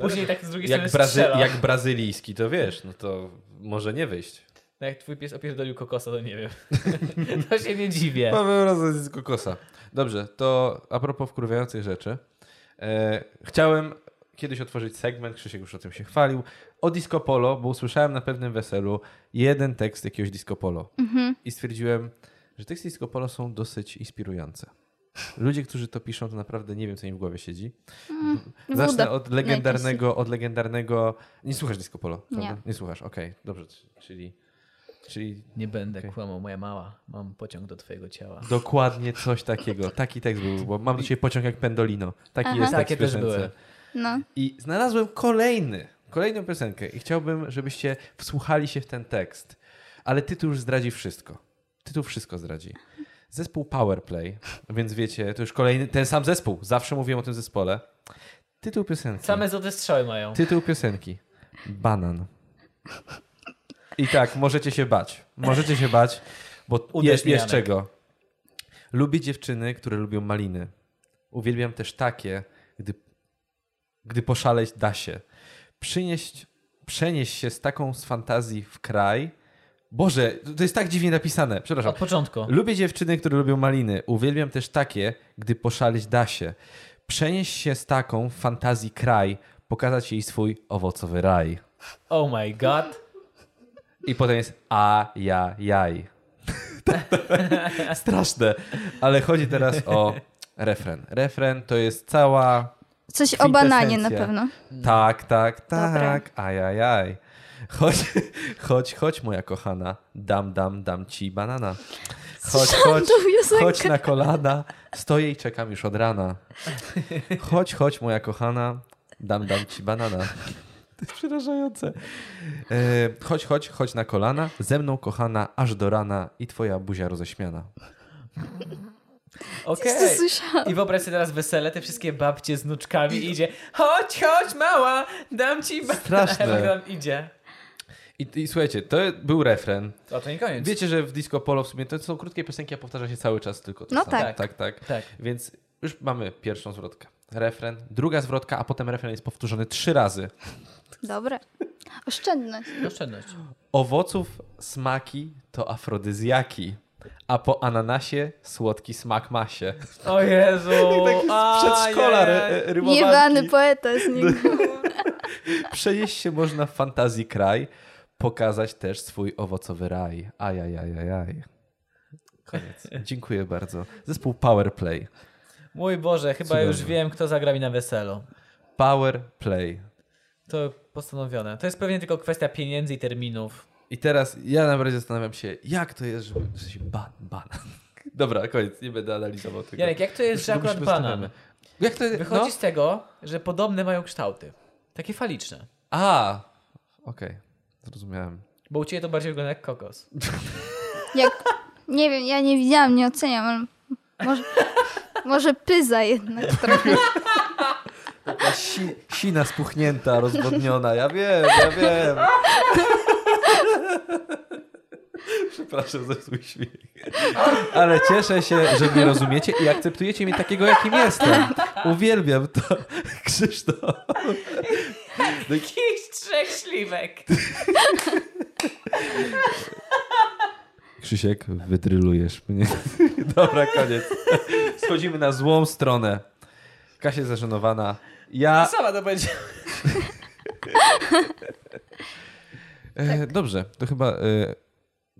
Później tak z drugiej Jak, strony brazy- strzela. jak brazylijski, to wiesz, no to może nie wyjść. No jak twój pies opierdolił kokosa, to nie wiem. to się nie dziwię. Mamy razem z kokosa. Dobrze, to a propos wkurwiających rzeczy. E, chciałem kiedyś otworzyć segment, Krzysiek już o tym się chwalił, o disco polo, bo usłyszałem na pewnym weselu jeden tekst jakiegoś disco polo. I stwierdziłem, że teksty disco polo są dosyć inspirujące. Ludzie, którzy to piszą, to naprawdę nie wiem, co im w głowie siedzi. Zacznę woda od legendarnego, od legendarnego... Nie słuchasz disco polo, prawda? Nie. Nie słuchasz, okej, dobrze, czyli... Czyli Nie będę Okej. kłamał, moja mała. Mam pociąg do twojego ciała. Dokładnie coś takiego. Taki tekst był, bo mam do ciebie pociąg jak pendolino. Taki Aha. jest Takie tekst też w piosence. były. No. I znalazłem kolejny, kolejną piosenkę i chciałbym, żebyście wsłuchali się w ten tekst. Ale tytuł już zdradzi wszystko. Tytuł wszystko zdradzi. Zespół Powerplay, więc wiecie, to już kolejny, ten sam zespół. Zawsze mówiłem o tym zespole. Tytuł piosenki. Same złote strzały mają. Tytuł piosenki. Banan. I tak, możecie się bać. Możecie się bać, bo Uderz jest mi, jeszcze Janek. czego. Lubię dziewczyny, które lubią maliny. Uwielbiam też takie, gdy, gdy poszaleć da się. Przynieść, przenieść się z taką z fantazji w kraj. Boże, to jest tak dziwnie napisane. Przepraszam. Od początku. Lubię dziewczyny, które lubią maliny. Uwielbiam też takie, gdy poszaleć da się. Przenieść się z taką w fantazji kraj, pokazać jej swój owocowy raj. Oh my god. I potem jest a, ja, jaj. Straszne. Ale chodzi teraz o refren. Refren to jest cała... Coś o bananie na Kwintesencja. pewno. Tak, tak, Dobra. tak, ajajaj. Chodź, chodź, chodź moja kochana, dam, dam, dam ci banana. Chodź, chodź, Tą piosenkę. chodź na kolana, stoję i czekam już od rana. Chodź, chodź moja kochana, dam, dam ci banana. To jest przerażające. E, chodź, chodź, chodź na kolana, ze mną kochana, aż do rana i twoja buzia roześmiana. Okej. Coś słyszałam. I wyobraź sobie teraz wesele, te wszystkie babcie z nuczkami idzie. Chodź, chodź, mała, dam ci ba- Straszne. Jak tam idzie. I, I słuchajcie, to był refren. O, to nie koniec. Wiecie, że w disco polo w sumie to są krótkie piosenki, a powtarza się cały czas tylko to No samo. tak. tak, tak. Tak. Więc już mamy pierwszą zwrotkę. Refren, druga zwrotka, a potem refren jest powtórzony trzy razy. Dobre. Oszczędność. Oszczędność. Owoców smaki to afrodyzjaki, a po ananasie słodki smak Tak masie. O Jezu. Z przedszkola ajaj. ry- e, rymowanki. Jebany poeta z niego. Przenieść się można w fantazji kraj, pokazać też swój owocowy raj. Ajajajajaj. Koniec. Dziękuję bardzo. Zespół Powerplay. Mój Boże, chyba Cudowne. już wiem, kto zagra mi na weselu. Powerplay. To postanowione. To jest pewnie tylko kwestia pieniędzy i terminów. I teraz ja najbardziej zastanawiam się, jak to jest, żeby... w sensie Ban, ban. Dobra, koniec, nie będę analizował tego. Janek, jak to jest, Już że to akurat musimy banan? zastanawiać. Jak to jest? Wychodzi No? z tego, że podobne mają kształty. Takie faliczne. A, okej, zrozumiałem. Bo u ciebie to bardziej wygląda jak kokos. Jak, nie wiem, ja nie widziałam, nie oceniam, ale może, może pyza jednak trochę. Taka Si, sina spuchnięta, rozwodniona, ja wiem, ja wiem. Przepraszam za swój śmiech. Ale cieszę się, że mnie rozumiecie i akceptujecie mnie takiego, jakim jestem. Uwielbiam to, Krzysztof. Jakiś trzech śliwek. Krzysiek, wydrylujesz mnie. Dobra, koniec. Schodzimy na złą stronę. Kasia zażenowana. Ja. Sama to będzie. E, Tak. dobrze, to chyba e,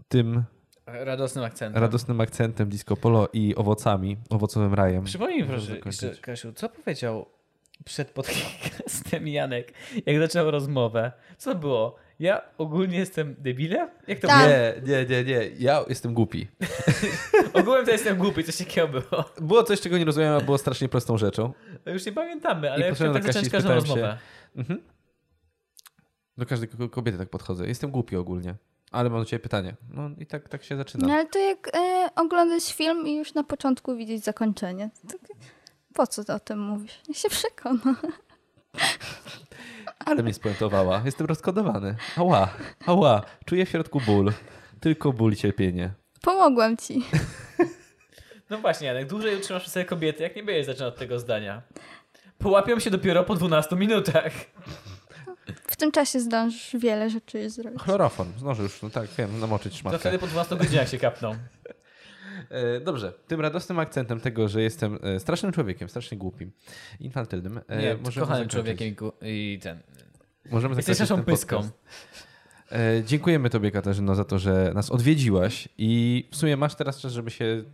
tym Radosnym akcentem. radosnym akcentem disco polo i owocami, owocowym rajem. Przypomnij Możemy proszę, zakończyć. jeszcze, Kasiu, co powiedział przed podcastem Janek, jak zaczął rozmowę? Co było? Ja ogólnie jestem debilem? Jak to Tak. Nie, nie, nie, nie. Ja jestem głupi. było? Ogółem to jestem głupi, coś takiego było. Było coś, czego nie rozumiałem, a było strasznie prostą rzeczą. No Już nie pamiętamy, ale I ja chciałem tak poszedłem do zacząć Kasi i każdą spytałem rozmowę. Do każdej ko- kobiety tak podchodzę. Jestem głupi ogólnie, ale mam do ciebie pytanie. No i tak, tak się zaczyna. No ale to jak e, oglądasz film i już na początku widzieć zakończenie. To, tak, po co ty o tym mówisz? Niech się przekona. Ale mnie spuentowała. Jestem rozkodowany. Ała, ała. Czuję w środku ból. Tylko ból i cierpienie. Pomogłam ci. No właśnie, Janek, dłużej utrzymasz przy sobie kobiety, jak nie będziesz zaczynał od tego zdania. Połapią się dopiero po 12 minutach. W tym czasie zdążysz wiele rzeczy już zrobić. Chlorofon. Znoszę już, no tak, wiem, namoczyć To szmatkę. wtedy po 12 godzinach się kapną. E, dobrze, tym radosnym akcentem tego, że jestem e, strasznym człowiekiem, strasznie głupim, infantylnym. E, Nie, kochanym możemy zakończyć. człowiekiem i gu- i ten. Możemy Jesteś zakończyć naszą ten pyską. podcast. E, dziękujemy tobie, Katarzyno, za to, że nas odwiedziłaś i w sumie masz teraz czas, żeby się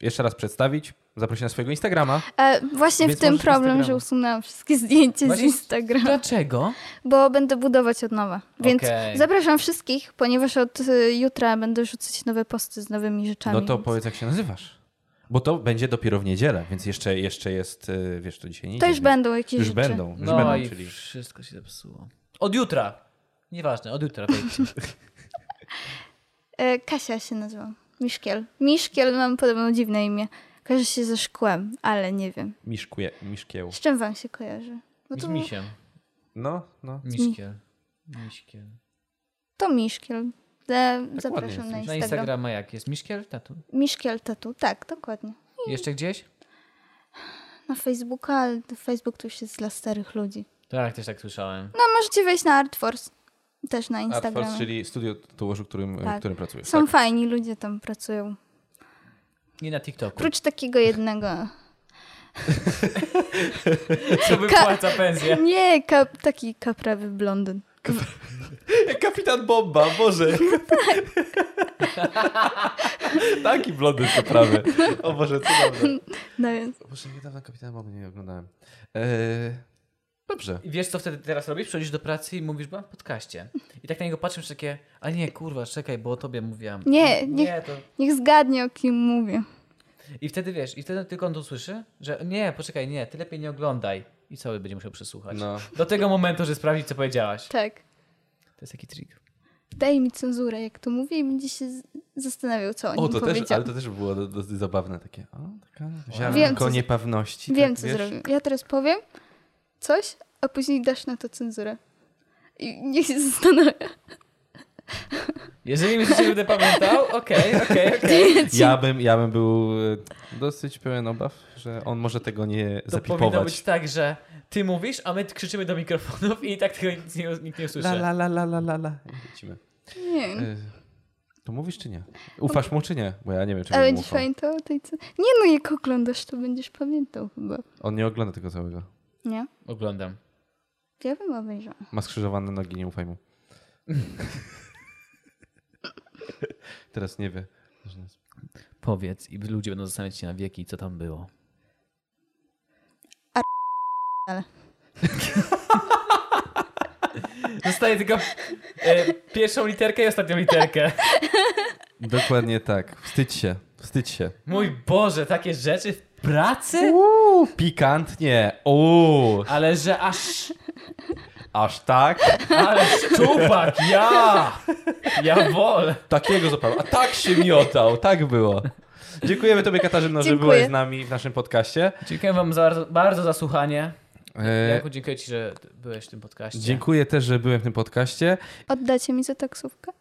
jeszcze raz przedstawić, zaprosić na swojego Instagrama. E, właśnie Więc w tym możesz problem, Instagrama. że usunęłam wszystkie zdjęcia Właśnie- z Instagrama, Dlaczego? bo będę budować od nowa. Więc Okej. zapraszam wszystkich, ponieważ od y, jutra będę rzucać nowe posty z nowymi rzeczami. No to więc- powiedz, jak się nazywasz. Bo to będzie dopiero w niedzielę, więc jeszcze, jeszcze jest, e, wiesz, to dzisiaj nie To idzie, już więc- będą jakieś Już rzeczy. będą, już No i będą, czyli... wszystko się zepsuło. Od jutra. Nieważne, od jutra. wejdźcie. E, Kasia się nazywa. Miszkiel. Miszkiel mam podobno dziwne imię. Kojarzy się ze szkłem, ale nie wiem. Miszkuje, miszkieł. Z czym wam się kojarzy? Bo Z No to, misiem. No, no. Miśkiel. Miśkiel. to Miszkiel. E, ładnie jest zapraszam na Instagram. Na Instagram. Instagrama jak jest? Miszkiel Tatu? Miszkiel Tatu, tak, dokładnie. Jeszcze gdzieś? Na Facebooka, ale to Facebook to już jest dla starych ludzi. Tak, też tak słyszałem. No możecie wejść na Artforce, też na Instagramie. Artforce, czyli studio tatuażu, którym, Tak. w którym pracujesz. Są Tak. fajni ludzie tam pracują. Nie na TikToku. Prócz takiego jednego. Co wypłaca pensję? Nie, ka- taki kaprawy blondyn. Kapitan Bomba, Boże. Taki blondyn to prawy. O Boże, cudowne. No więc Boże, niedawno Kapitana Bomby nie oglądałem. Eee, dobrze. I wiesz, co wtedy teraz robisz? Przychodzisz do pracy i mówisz, byłam w podcaście. I tak na niego patrzysz takie, a nie, kurwa, czekaj, bo o tobie mówiłam. Nie, nie. nie to... niech zgadnie o kim mówię. I wtedy wiesz, i wtedy tylko on to słyszy, że nie, poczekaj, nie, ty lepiej nie oglądaj. I cały będzie musiał przesłuchać. No. Do tego momentu, że sprawdzi, co powiedziałaś. Tak. To jest taki trik. Daj mi cenzurę, jak to mówię i będzie się z- zastanawiał, co o nim O, to też, powiedział. ale to też było do- dosyć zabawne takie. O, taka Wiem, ziarnko co z- niepewności. Wiem, tak, co wiesz? zrobię. Ja teraz powiem coś, a później dasz na to cenzurę. I niech się zastanawia. Jeżeli myślisz, że będę pamiętał, okej, okej, okej. Ja bym, ja bym był e, dosyć pełen obaw, że on może tego nie To powinno być zapipować. tak, że ty mówisz, a my krzyczymy do mikrofonów i tak tego nikt nie, nikt nie usłyszy. La, la, la, la, la, la, la. I Lecimy. Nie wiem. E, To mówisz czy nie? Ufasz mu czy nie? Bo ja nie wiem, czy A mu będziesz ufam. pamiętał o tej co? Nie no, jak oglądasz, to będziesz pamiętał chyba. On nie ogląda tego całego. Nie? Oglądam. Ja bym obejrzała. Ma skrzyżowane nogi, nie ufaj mu. Teraz nie wie. Powiedz i ludzie będą zastanawiać się na wieki, co tam było. ale. Zostaje tylko e, pierwszą literkę i ostatnią literkę. Dokładnie tak. Wstydź się. Wstydź się. Mój Boże, takie rzeczy w pracy? Uuu, pikantnie. Uuu, Ale że aż, aż tak? ale szczupak, ja! Ja wolę. Takiego złapałem. A tak się miotał. Tak było. Dziękujemy Tobie, Katarzyno, że Dziękuję. byłeś z nami w naszym podcaście. Dziękuję wam za, bardzo za słuchanie. E, Jaku, dziękuję ci, że byłeś w tym podcaście. dziękuję też, że byłem w tym podcaście. Oddacie mi za taksówkę?